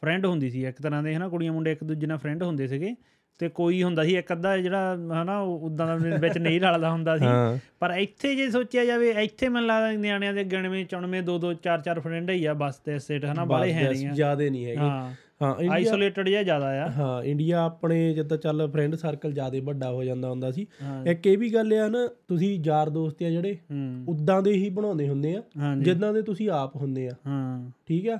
Speaker 1: ਫਰੈਂਡ ਹੁੰਦੀ ਸੀ ਇੱਕ ਤਰ੍ਹਾਂ ਦੇ ਹਨਾ ਕੁੜੀਆਂ ਮੁੰਡੇ ਇੱਕ ਦੂਜੇ ਨਾਲ ਫਰੈਂਡ ਹੁੰਦੇ ਸੀਗੇ ਤੇ ਕੋਈ ਹੁੰਦਾ ਸੀ ਇੱਕ ਅੱਧਾ ਜਿਹੜਾ ਹਨਾ ਉਦਾਂ ਦਾ ਵਿੱਚ ਨਹੀਂ ਰਲਦਾ ਹੁੰਦਾ ਸੀ
Speaker 2: ਹਾਂ
Speaker 1: ਪਰ ਇੱਥੇ ਜੇ ਸੋਚਿਆ ਜਾਵੇ ਇੱਥੇ ਮੈਨੂੰ ਲੱਗਦਾ ਨਿਆਣਿਆਂ ਦੇ ਗਿਣਵੇਂ ਚੁਣਵੇਂ ਦੋ ਦੋ ਚਾਰ ਚਾਰ ਫਰੈਂਡ ਹੀ ਆ ਬਸ ਤੇ ਸੇਟ ਹਨਾ ਬਾਲੇ ਹੈ ਨਹੀਂ ਆ
Speaker 2: ਜਿਆਦੇ ਨਹੀਂ ਹੈਗੇ
Speaker 1: ਹਾਂ
Speaker 2: ਹਾਂ ਇੰਡੀਆ
Speaker 1: ਆਈਸੋਲੇਟਡ ਜਿਹਾ ਜ਼ਿਆਦਾ ਆ
Speaker 2: ਹਾਂ ਇੰਡੀਆ ਆਪਣੇ ਜਿੱਦਾਂ ਚੱਲ ਫਰੈਂਡ ਸਰਕਲ ਜਿਆਦੇ ਵੱਡਾ ਹੋ ਜਾਂਦਾ ਹੁੰਦਾ ਸੀ
Speaker 1: ਹਾਂ
Speaker 2: ਇੱਕ ਇਹ ਵੀ ਗੱਲ ਆ ਨਾ ਤੁਸੀਂ ਯਾਰ ਦੋਸਤ ਆ ਜਿਹੜੇ
Speaker 1: ਹੂੰ
Speaker 2: ਉਦਾਂ ਦੇ ਹੀ ਬਣਾਉਂਦੇ ਹੁੰਦੇ ਆ
Speaker 1: ਹਾਂਜੀ
Speaker 2: ਜਿੱਦਾਂ ਦੇ ਤੁਸੀਂ ਆਪ ਹੁੰਦੇ ਆ
Speaker 1: ਹਾਂ
Speaker 2: ਠੀਕ ਆ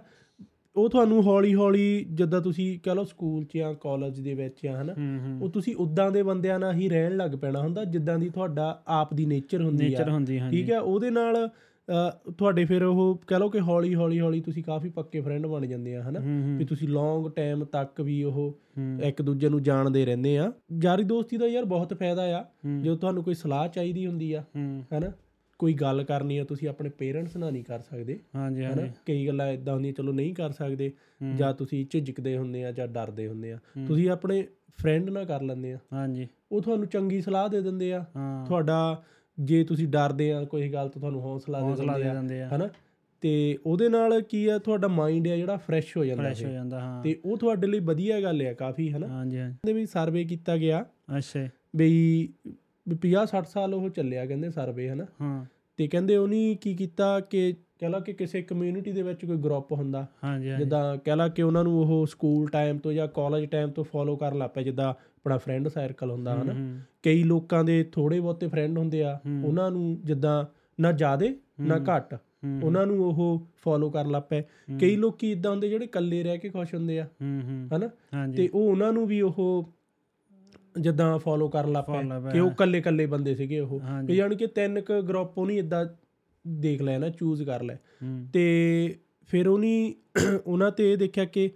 Speaker 2: ਉਹ ਤੁਹਾਨੂੰ ਹੌਲੀ ਹੌਲੀ ਜਿੱਦਾਂ ਤੁਸੀਂ ਕਹ ਲਓ ਸਕੂਲ 'ਚ ਜਾਂ ਕਾਲਜ ਦੇ ਵਿੱਚ ਆ ਹਨਾ
Speaker 1: ਹੂੰ ਹੂੰ
Speaker 2: ਉਹ ਤੁਸੀਂ ਉਦਾਂ ਦੇ ਬੰਦਿਆਂ ਨਾਲ ਹੀ ਰਹਿਣ ਲੱਗ ਪੈਣਾ ਹੁੰਦਾ ਜਿੱਦਾਂ ਦੀ ਤੁਹਾਡਾ ਆਪ ਦੀ ਨੇਚਰ ਹੁੰਦੀ
Speaker 1: ਨੇਚਰ
Speaker 2: ਆ
Speaker 1: ਹੁੰਦੀ ਹਾਂਜੀ
Speaker 2: ਠੀਕ ਆ ਉਹਦੇ ਨਾਲ ਅ, ਤੁਹਾਡੇ ਫਿਰ ਉਹ ਕਹ ਲਓ ਕਿ ਹੌਲੀ ਹੌਲੀ ਹੌਲੀ ਤੁਸੀਂ ਕਾਫੀ ਪੱਕੇ ਫਰੈਂਡ ਬਣ ਜਾਂਦੇ ਆ ਹਨਾ
Speaker 1: ਹੂੰ
Speaker 2: ਵੀ ਤੁਸੀਂ ਲੌਂਗ ਟਾਈਮ ਤੱਕ ਵੀ ਉਹ
Speaker 1: ਹੂੰ
Speaker 2: ਇੱਕ ਦੂਜੇ ਨੂੰ ਜਾਣਦੇ ਰਹਿੰਦੇ ਆ ਯਾਰੀ ਦੋਸਤੀ ਦਾ ਯਾਰ ਬਹੁਤ ਫਾਇਦਾ ਆ
Speaker 1: ਹੂੰ,
Speaker 2: ਜਦੋਂ ਤੁਹਾਨੂੰ ਕੋਈ ਸਲਾਹ ਚਾਹੀਦੀ ਹੁੰਦੀ ਆ
Speaker 1: ਹੂੰ
Speaker 2: ਹਨਾ ਕੋਈ ਗੱਲ ਕਰਨੀ ਆ ਤੁਸੀਂ ਆਪਣੇ ਪੇਰੈਂਟਸ ਨਾਲ ਨਹੀਂ ਕਰ ਸਕਦੇ
Speaker 1: ਹਾਂਜੀ
Speaker 2: ਹਨਾ
Speaker 1: ਹਾਂਜੀ
Speaker 2: ਕਈ ਗੱਲਾਂ ਇਦਾਂ ਹੁੰਦੀਆਂ ਚਲੋ ਨਹੀਂ ਕਰ ਸਕਦੇ
Speaker 1: ਹੂੰ,
Speaker 2: ਜਾਂ ਤੁਸੀਂ ਝਿਜਕਦੇ ਹੁੰਦੇ ਆ ਜਾਂ ਡਰਦੇ ਹੁੰਦੇ ਆ
Speaker 1: ਹੂੰ।
Speaker 2: ਤੁਸੀਂ ਆਪਣੇ ਫਰੈਂਡ ਨਾਲ ਕਰ ਲੈਂਦੇ ਆ
Speaker 1: ਹਾਂਜੀ
Speaker 2: ਉਹ ਤੁਹਾਨੂੰ ਚੰਗੀ ਸਲਾਹ ਦੇ ਦਿੰਦੇ ਆ
Speaker 1: ਹਾਂ
Speaker 2: ਤੁਹਾਡਾ ਜੇ ਤੁਸੀਂ ਡਰਦੇ ਆ ਕੋਈ ਗੱਲ ਤੋਂ ਤੁਹਾਨੂੰ ਹੌਸਲਾ ਦੇ
Speaker 1: ਹੌਸਲਾ
Speaker 2: ਦਿੰਦੇ
Speaker 1: ਦੇ
Speaker 2: ਆ
Speaker 1: ਦਿੰਦੇ ਆ
Speaker 2: ਹਨਾ ਤੇ ਉਹਦੇ ਨਾਲ ਕੀ ਆ ਤੁਹਾਡਾ ਮਾਈਂਡ ਆ ਜਿਹੜਾ ਫਰੈਸ਼ ਹੋ ਜਾਂਦਾ
Speaker 1: ਫਰੈਸ਼ ਹੋ
Speaker 2: ਹੈ
Speaker 1: ਜਾਂਦਾ ਹਾਂ
Speaker 2: ਤੇ ਉਹ ਤੁਹਾਡੇ ਲਈ ਵਧੀਆ ਗੱਲ ਆ ਕਾਫੀ ਹਨਾ
Speaker 1: ਹਾਂਜੀ ਹਾਂਜੀ
Speaker 2: ਕਹਿੰਦੇ ਵੀ ਸਰਵੇ ਕੀਤਾ ਗਿਆ
Speaker 1: ਅੱਛਾ ਜੀ,
Speaker 2: ਬਈ 50 60 ਸਾਲ ਉਹ ਚੱਲਿਆ ਕਹਿੰਦੇ ਸਰਵੇ ਹਨਾ
Speaker 1: ਹਾਂ
Speaker 2: ਤੇ ਕਹਿੰਦੇ ਉਹਨੇ ਕੀ ਕੀਤਾ ਕਿ ਕਹਿ ਲਾ ਕਿ ਕਿਸੇ ਕਮਿਊਨਿਟੀ ਦੇ ਵਿੱਚ ਕੋਈ ਗਰੁੱਪ ਹੁੰਦਾ
Speaker 1: ਹਾਂਜੀ ਹਾਂਜੀ
Speaker 2: ਜਿੱਦਾਂ ਕਹਿ ਲਾ ਕਿ ਉਹਨਾਂ ਨੂੰ ਉਹ ਸਕੂਲ ਟਾਈਮ ਤੋਂ ਜਾਂ ਕਾਲਜ ਟਾਈਮ ਤੋਂ ਫੋਲੋ ਕਰਨ ਲੱਗ ਪਿਆ ਜਿੱਦਾਂ ਆਪਣਾ ਫਰੈਂਡ ਸਰਕਲ ਹੁੰਦਾ ਹਨਾ
Speaker 1: ਹੂੰ,
Speaker 2: ਕਈ ਲੋਕਾਂ ਦੇ ਥੋੜੇ ਬਹੁਤੇ ਫਰੈਂਡ ਹੁੰਦੇ ਆ
Speaker 1: ਹੂੰ।
Speaker 2: ਉਹਨਾਂ ਨੂੰ ਜਿੱਦਾਂ ਨਾ ਜ਼ਿਆਦੇ ਨਾ
Speaker 1: ਹੂੰ।
Speaker 2: ਘੱਟ
Speaker 1: ਹੂੰ, ਹੂੰ,
Speaker 2: ਉਹਨਾਂ ਨੂੰ ਉਹ ਫੋਲੋ ਕਰਨ ਲੱਗ ਪਏ
Speaker 1: ਹੂੰ,
Speaker 2: ਕਈ ਲੋਕੀ ਇਦਾਂ ਹੁੰਦੇ ਜਿਹੜੇ ਇਕੱਲੇ ਰਹਿ ਕੇ ਖੁਸ਼ ਹੁੰਦੇ ਆ
Speaker 1: ਹੂੰ ਹੂੰ
Speaker 2: ਹਨਾ
Speaker 1: ਹਾਂਜੀ
Speaker 2: ਤੇ ਉਹ ਉਹਨਾਂ ਨੂੰ ਵੀ ਉਹ ਜਿੱਦਾਂ ਫੋਲੋ ਕਰਨ ਲੱਗ
Speaker 1: Follow
Speaker 2: ਪਏ
Speaker 1: ਲੱਗ
Speaker 2: ਕਿ ਉਹ
Speaker 1: ਪਏ।
Speaker 2: ਇਕੱਲੇ ਇਕੱਲੇ ਬੰਦੇ ਸੀਗੇ ਉਹ
Speaker 1: ਹਾਂਜੀ
Speaker 2: ਤੇ ਯਾਨੀ ਕਿ ਤਿੰਨ ਕ ਗਰੁੱਪ ਉਹਨੇ ਇਦਾਂ ਦੇਖ ਲਿਆ ਨਾ ਚੂਜ਼ ਕਰ ਲਿਆ
Speaker 1: ਹੂੰ,
Speaker 2: ਤੇ ਫਿਰ ਉਹਨੇ ਉਹਨਾਂ ਤੇ ਇਹ ਦੇਖਿਆ ਕਿ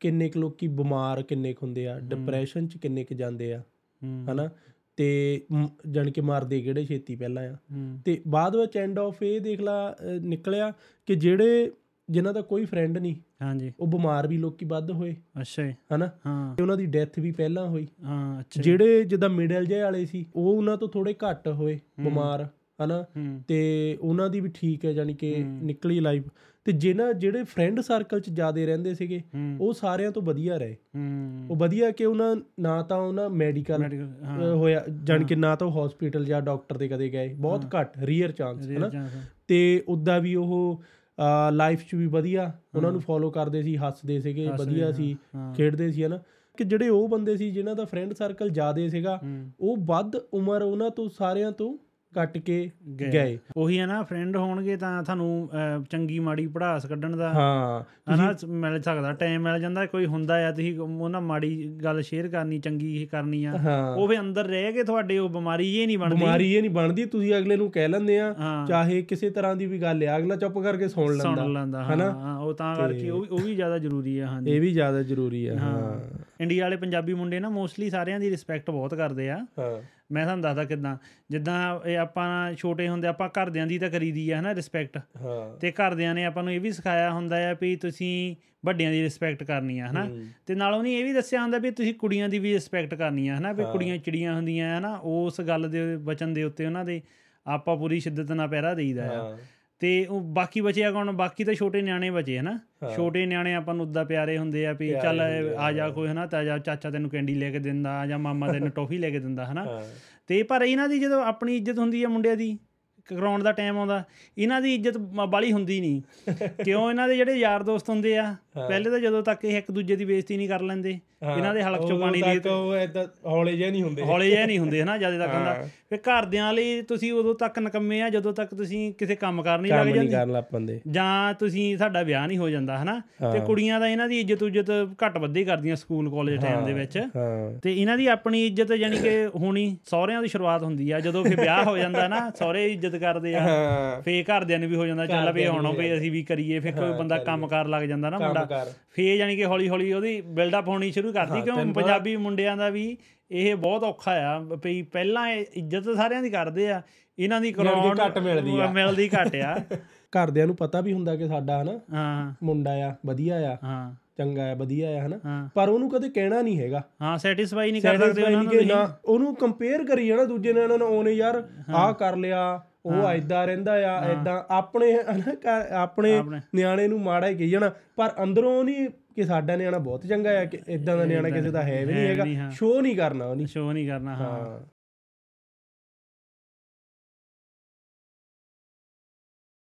Speaker 2: ਕਿੰਨੇ ਕੁ ਲੋਕੀ ਬਿਮਾਰ ਕਿੰਨੇ ਕੁ ਹੁੰਦੇ ਆ ਡਿਪਰੈਸ਼ਨ ਚ ਕਿੰਨੇ ਕੁ ਜਾਂਦੇ ਆ
Speaker 1: ਹੂੰ,
Speaker 2: ਹਨਾ ਤੇ ਮ- ਜਾਣੀ ਕਿ ਮਰਦੇ ਕਿਹੜੇ ਛੇਤੀ ਪਹਿਲਾਂ ਆ
Speaker 1: ਹੂੰ,
Speaker 2: ਤੇ ਬਾਅਦ ਵਿੱਚ ਐਂਡ ਆਫ ਇਹ ਦੇਖ ਲਾ ਅ, ਨਿਕਲਿਆ ਕਿ ਜਿਹੜੇ ਜਿਨ੍ਹਾਂ ਦਾ ਕੋਈ ਫਰੈਂਡ ਨਹੀਂ
Speaker 1: ਹਾਂਜੀ
Speaker 2: ਉਹ ਬਿਮਾਰ ਵੀ ਲੋਕੀ ਵੱਧ ਹੋਏ
Speaker 1: ਅੱਛਾ ਜੀ,
Speaker 2: ਹਨਾ
Speaker 1: ਹਾਂ
Speaker 2: ਤੇ ਉਹਨਾਂ ਦੀ ਡੈਥ ਵੀ ਪਹਿਲਾਂ ਹੋਈ
Speaker 1: ਹਾਂ ਅੱਛਾ ਜੀ,
Speaker 2: ਜਿਹੜੇ ਜਿੱਦਾਂ ਮਿਡਲ ਜੇ ਵਾਲੇ ਸੀ ਉਹ ਉਹਨਾਂ ਤੋਂ ਥੋੜੇ ਘੱਟ ਹੋਏ ਬਿਮਾਰ ਹਨਾ
Speaker 1: ਹੂੰ
Speaker 2: ਤੇ ਉਹਨਾਂ ਦੀ ਵੀ ਠੀਕ ਹੈ ਜਾਨੀ ਕਿ
Speaker 1: ਹੂੰ।
Speaker 2: ਨਿਕਲੀ ਲਾਈਫ ਤੇ ਜਿਹਨਾਂ ਜਿਹੜੇ ਫਰੈਂਡ ਸਰਕਲ ਚ ਜਿਆਦੇ ਰਹਿੰਦੇ ਸੀਗੇ
Speaker 1: ਹੂੰ
Speaker 2: ਉਹ ਸਾਰਿਆਂ ਤੋਂ ਵਧੀਆ ਰਹੇ ਉਹ
Speaker 1: ਹੂੰ
Speaker 2: ਵਧੀਆ ਕਿ ਉਹਨਾਂ ਨਾ ਤਾਂ ਉਹਨਾਂ ਮੈਡੀਕਲ
Speaker 1: ਮੈਡੀਕਲ ਹਾਂ
Speaker 2: ਹੋਇਆ ਜਾਣੀ ਕਿ ਨਾ ਤਾਂ ਉਹ ਹਸਪੀਟਲ ਜਾਂ ਡਾਕਟਰ ਦੇ ਕਦੇ ਗਏ ਬਹੁਤ ਘੱਟ ਰੀਅਰ ਚਾਂਸ
Speaker 1: real
Speaker 2: ਹਨਾ
Speaker 1: chance ਆ।
Speaker 2: ਤੇ ਉਦਾਂ ਵੀ ਉਹ ਲਾਈਫ ਚ ਵੀ ਵਧੀਆ ਉਹਨਾਂ ਨੂੰ ਫੋਲੋ ਕਰਦੇ ਸੀ ਹੱਸਦੇ ਸੀਗੇ
Speaker 1: ਹੱਸਦੇ,
Speaker 2: ਵਧੀਆ
Speaker 1: ਹਾਂ,
Speaker 2: ਸੀ
Speaker 1: ਹਾਂ।
Speaker 2: ਖੇਡਦੇ ਸੀ ਹਨਾ ਕਿ ਜਿਹੜੇ ਉਹ ਬੰਦੇ ਸੀ ਜਿਨ੍ਹਾਂ ਦਾ ਫਰੈਂਡ ਸਰਕਲ ਜਿਆਦੇ ਸੀਗਾ
Speaker 1: ਹੂੰ
Speaker 2: ਉਹ ਵੱਧ ਉਮਰ ਉਹਨਾਂ ਤੋਂ ਸਾਰਿਆਂ ਤੋਂ ਕੱਟ ਕੇ ਗਏ
Speaker 1: ਉਹੀ ਹੈ ਨਾ ਫਰੈਂਡ ਹੋਣਗੇ ਤਾਂ ਤੁਹਾਨੂੰ ਅਹ, ਚੰਗੀ ਮਾੜੀ ਪੜਾਸ ਕੱਢਣ ਦਾ
Speaker 2: ਹਾਂ
Speaker 1: ਹਨਾ ਮਿਲ ਸਕਦਾ ਟਾਈਮ ਮਿਲ ਜਾਂਦਾ ਕੋਈ ਹੁੰਦਾ ਆ ਤੁਸੀਂ ਉਹਨਾਂ ਮਾੜੀ ਗੱਲ ਸ਼ੇਅਰ ਕਰਨੀ ਚੰਗੀ ਇਹ ਕਰਨੀ ਆ
Speaker 2: ਹਾਂ
Speaker 1: ਉਹ ਵੀ ਅੰਦਰ ਰਹਿ ਕੇ ਤੁਹਾਡੇ ਉਹ ਬਿਮਾਰੀ ਇਹ ਨਹੀਂ ਬਣਦੀ
Speaker 2: ਬਿਮਾਰੀ ਇਹ ਨਹੀਂ ਬਣਦੀ ਤੁਸੀਂ ਅਗਲੇ ਨੂੰ ਕਹਿ ਲੈਂਦੇ ਆ
Speaker 1: ਹਾਂ
Speaker 2: ਚਾਹੇ ਕਿਸੇ ਤਰ੍ਹਾਂ ਦੀ ਵੀ ਗੱਲ ਆ ਅਗਲਾ ਚੁੱਪ ਕਰਕੇ ਸੁਣ
Speaker 1: ਸੁਣ
Speaker 2: ਲੈਂਦਾ
Speaker 1: ਲੈਂਦਾ
Speaker 2: ਹਨਾ?
Speaker 1: ਹਾਂ ਹਾਂ, ਉਹ ਤਾਂ ਕਰਕੇ ਉਹ ਵੀ ਉਹ ਵੀ ਜ਼ਿਆਦਾ ਜ਼ਰੂਰੀ ਆ ਹਾਂਜੀ
Speaker 2: ਇਹ ਵੀ ਜ਼ਿਆਦਾ ਜ਼ਰੂਰੀ ਆ ਹਾਂ
Speaker 1: ਹਾਂ ਇੰਡੀਆ ਵਾਲੇ ਪੰਜਾਬੀ ਮੁੰਡੇ ਨਾ ਮੋਸਟਲੀ ਸਾਰਿਆਂ ਦੀ ਰਿਸਪੈਕਟ ਬਹੁਤ ਕਰਦੇ ਆ
Speaker 2: ਹਾਂ
Speaker 1: ਮੈਂ ਤੁਹਾਨੂੰ ਦੱਸਦਾ ਕਿਦਾਂ ਜਿੱਦਾਂ ਇਹ ਆਪਾਂ ਛੋਟੇ ਹੁੰਦੇ ਆਪਾਂ ਘਰਦਿਆਂ ਦੀ ਤਾਂ ਕਰੀਦੀ ਆ ਹਨਾ ਰਿਸਪੈਕਟ
Speaker 2: ਹਾਂ
Speaker 1: ਤੇ ਘਰਦਿਆਂ ਨੇ ਆਪਾਂ ਨੂੰ ਇਹ ਵੀ ਸਿਖਾਇਆ ਹੁੰਦਾ ਆ ਵੀ ਤੁਸੀਂ ਵੱਡਿਆਂ ਦੀ ਰਿਸਪੈਕਟ ਕਰਨੀ ਆ ਹਨਾ
Speaker 2: ਹੂੰ।
Speaker 1: ਤੇ ਨਾਲ ਉਹਨੇ ਇਹ ਵੀ ਦੱਸਿਆ ਹੁੰਦਾ ਵੀ ਤੁਸੀਂ ਕੁੜੀਆਂ ਦੀ ਵੀ ਰਿਸਪੈਕਟ ਕਰਨੀ ਆ ਹਨਾ ਵੀ ਕੁੜੀਆਂ ਚਿੜੀਆਂ ਹੁੰਦੀਆਂ ਆ ਨਾ ਉਸ ਗੱਲ ਦੇ ਵਚਨ ਦੇ ਉੱਤੇ ਉਹਨਾਂ ਦੇ ਆਪਾਂ ਪੂਰੀ ਸ਼ਿੱਦਤ ਨਾਲ ਪਹਿਰਾ ਦੇਈਦਾ ਆ
Speaker 2: ਹਾਂ
Speaker 1: ਤੇ ਉਹ ਬਾਕੀ ਬਚਿਆ ਕੌਣ ਬਾਕੀ ਤਾਂ ਛੋਟੇ ਨਿਆਣੇ ਬਚੇ ਹਨਾ
Speaker 2: ਹਾਂ।
Speaker 1: ਛੋਟੇ ਨਿਆਣੇ ਆਪਾਂ ਨੂੰ ਉਦਾਂ ਪਿਆਰੇ ਹੁੰਦੇ ਆ ਵੀ
Speaker 2: ਪਿਆਰੇ
Speaker 1: ਚੱਲ
Speaker 2: ਹੁੰਦੇ ਆ,
Speaker 1: ਆ ਜਾ ਕੋਈ ਹਨਾ ਤਾਂ ਜਾ ਚਾਚਾ ਤੈਨੂੰ ਕੈਂਡੀ ਲੈ ਕੇ ਦਿੰਦਾ ਜਾਂ ਮਾਮਾ ਤੈਨੂੰ ਟੌਫੀ ਲੈ ਕੇ ਦਿੰਦਾ ਹਨਾ
Speaker 2: ਹਾਂ
Speaker 1: ਤੇ ਪਰ ਇਹਨਾਂ ਦੀ ਜਦੋਂ ਆਪਣੀ ਇੱਜ਼ਤ ਹੁੰਦੀ ਹੈ ਮੁੰਡਿਆਂ ਦੀ ਕਰਾਉਣ ਦਾ ਟਾਈਮ ਆਉਂਦਾ ਇਹਨਾਂ ਦੀ ਇੱਜ਼ਤ ਮ- ਬਾਹਲੀ ਹੁੰਦੀ ਨਹੀਂ ਕਿਉਂ ਇਹਨਾਂ ਦੇ ਜਿਹੜੇ ਯਾਰ ਦੋਸਤ ਹੁੰਦੇ ਆ
Speaker 2: ਹਾਂ।
Speaker 1: ਪਹਿਲੇ ਤਾਂ ਜਦੋਂ ਤੱਕ ਇਹ ਇੱਕ ਦੂਜੇ ਦੀ ਬੇਇੱਜ਼ਤੀ ਨਹੀਂ ਕਰ ਲੈਂਦੇ
Speaker 2: ਹਾਂ।
Speaker 1: ਇਹਨਾਂ ਦੇ ਹਲਕ ਚੋਂ
Speaker 2: ਉਦੋਂ
Speaker 1: ਪਾਣੀ ਲੀਕ
Speaker 2: ਤੱਕ ਉਹ ਐਦਾਂ ਹੌਲੇ ਜਿਹੇ ਨਹੀਂ ਹੁੰਦੇ
Speaker 1: ਹੌਲੇ ਜਿਹੇ ਨਹੀਂ ਹੁੰਦੇ ਹਨਾ ਜਿਆਦਾ ਤੱਕ ਹੁੰਦਾ
Speaker 2: ਹਾਂ।
Speaker 1: ਫਿਰ ਘਰਦਿਆਂ ਲਈ ਤੁਸੀਂ ਉਦੋਂ ਤੱਕ ਨਕੰਮੇ ਆ ਜਦੋਂ ਤੱਕ ਤੁਸੀਂ ਕਿਸੇ ਕੰਮ ਕਾਰ ਨਹੀਂ
Speaker 2: ਕੰਮ
Speaker 1: ਲੱਗ
Speaker 2: ਨਹੀਂ
Speaker 1: ਜਾਂਦੇ
Speaker 2: ਕਰਨ ਲੱਗ ਪੰਦੇ
Speaker 1: ਜਾਂ ਤੁਸੀਂ ਸਾਡਾ ਵਿਆਹ ਨਹੀਂ ਹੋ ਜਾਂਦਾ ਹਨਾ ਤੇ
Speaker 2: ਹਾਂ।
Speaker 1: ਕੁੜੀਆਂ ਦਾ ਇਹਨਾਂ ਦੀ ਇੱਜ਼ਤ ਉੱਜਤ ਘੱਟ ਵੱਧੇ ਕਰਦੀਆਂ ਸਕੂਲ ਕਾਲਜ ਟਾਈਮ ਦੇ ਵਿੱਚ
Speaker 2: ਹਾਂ
Speaker 1: ਤੇ ਇਹਨਾਂ ਦੀ ਆਪਣੀ ਇੱਜ਼ਤ ਯਾਨੀ ਕਿ ਹੋਣੀ ਸਹੁਰਿਆਂ ਦੀ ਸ਼ੁਰੂਆਤ ਹੁੰਦੀ ਆ ਜਦੋਂ ਫਿਰ ਵਿਆਹ ਹੋ ਜਾਂਦਾ ਨਾ ਸਹੁਰੇ ਇੱਜ਼ਤ ਕਰਦੇ ਆ
Speaker 2: ਹਾਂ
Speaker 1: ਫੇ ਘਰਦਿਆਂ ਨੂੰ ਵੀ ਹੋ ਜਾਂਦਾ ਚੱਲ ਵੀ
Speaker 2: ਘਰਦਿਆਂ ਨੂੰ
Speaker 1: ਹੁਣ
Speaker 2: ਵੀ
Speaker 1: ਵੀ ਅਸੀਂ ਵੀ ਕਰੀਏ ਫਿਰ ਕੋਈ ਬੰਦਾ ਕੰਮ ਕਾਰ ਲੱਗ ਜਾਂਦਾ ਨਾ
Speaker 2: ਕੰਮ
Speaker 1: ਮੁੰਡਾ
Speaker 2: ਕਰ
Speaker 1: ਫੇ ਯਾਨੀ ਕਿ ਹੌਲੀ ਹੌਲੀ ਉਹਦੀ ਬਿਲਡ ਅਪ ਹੋਣੀ ਸ਼ੁਰੂ ਕਰਦੀ ਕਿਉਂ ਪੰਜਾਬੀ ਮੁੰਡਿਆਂ ਦਾ ਵੀ ਇਹ ਬਹੁਤ ਔਖਾ ਆ ਵੀ ਪਹਿਲਾਂ ਇਹ ਇੱਜ਼ਤ ਤਾਂ ਸਾਰਿਆਂ ਦੀ ਕਰਦੇ ਆ ਇਹਨਾਂ ਦੀ
Speaker 2: ਕਿ
Speaker 1: ਕਰਾਉਣ
Speaker 2: ਘੱਟ ਮਿਲਦੀ ਆ।
Speaker 1: ਮਿਲਦੀ ਘੱਟ ਆ
Speaker 2: ਘਰਦਿਆਂ ਨੂੰ ਪਤਾ ਵੀ ਹੁੰਦਾ ਕਿ ਸਾਡਾ ਹਨਾ
Speaker 1: ਹਾਂ
Speaker 2: ਮੁੰਡਾ ਆ ਵਧੀਆ ਆ
Speaker 1: ਹਾਂ
Speaker 2: ਚੰਗਾ ਆ ਵਧੀਆ ਆ ਹਨਾ
Speaker 1: ਹਾਂ
Speaker 2: ਪਰ ਉਹਨੂੰ ਕਦੇ ਕਹਿਣਾ ਨਹੀਂ ਹੈਗਾ
Speaker 1: ਹਾਂ ਸੈਟੀਸਫਾਈ ਨਹੀਂ ਕਰ ਸਕਦੇ
Speaker 2: ਸੈਟੀਸਫਾਈ
Speaker 1: ਉਹਨਾਂ
Speaker 2: ਨਹੀਂ
Speaker 1: ਨੂੰ
Speaker 2: ਕਿ
Speaker 1: ਤੁਸੀਂ।
Speaker 2: ਨਾ ਉਹਨੂੰ ਕੰਪੇਅਰ ਕਰੀ ਜਾਣਾ ਦੂਜੇ ਨਾਲ ਉਹਨਾਂ ਨੂੰ ਉਹਨੇ ਯਾਰ ਆਹ ਕਰ ਲਿਆ ਉਹ ਐਦਾਂ ਰਹਿੰਦਾ ਆ ਐਦਾਂ ਆਪਣੇ ਹਨਾ ਘਰ- ਆਪਣੇ
Speaker 1: ਆਪਣੇ।
Speaker 2: ਨਿਆਣੇ ਨੂੰ ਮਾੜਾ ਹੀ ਕਹੀ ਜਾਣਾ ਪਰ ਅੰਦਰੋਂ ਨਹੀਂ ਕਿ ਸਾਡਾ ਨਿਆਣਾ ਬਹੁਤ ਚੰਗਾ ਆ ਕਿ ਇਦਾਂ ਦਾ ਨਿਆਣਾ ਕਿਸੇ ਦਾ ਹੈ ਵੀ ਨਹੀਂ
Speaker 1: ਹੈ ਨਹੀਂ, ਹਾਂ।
Speaker 2: ਹੈਗਾ ਸ਼ੋਅ ਨਹੀਂ ਕਰਨਾ ਉਹਨੇ
Speaker 1: ਸ਼ੋਅ ਨਹੀਂ ਕਰਨਾ ਹਾਂ
Speaker 2: ਹਾਂ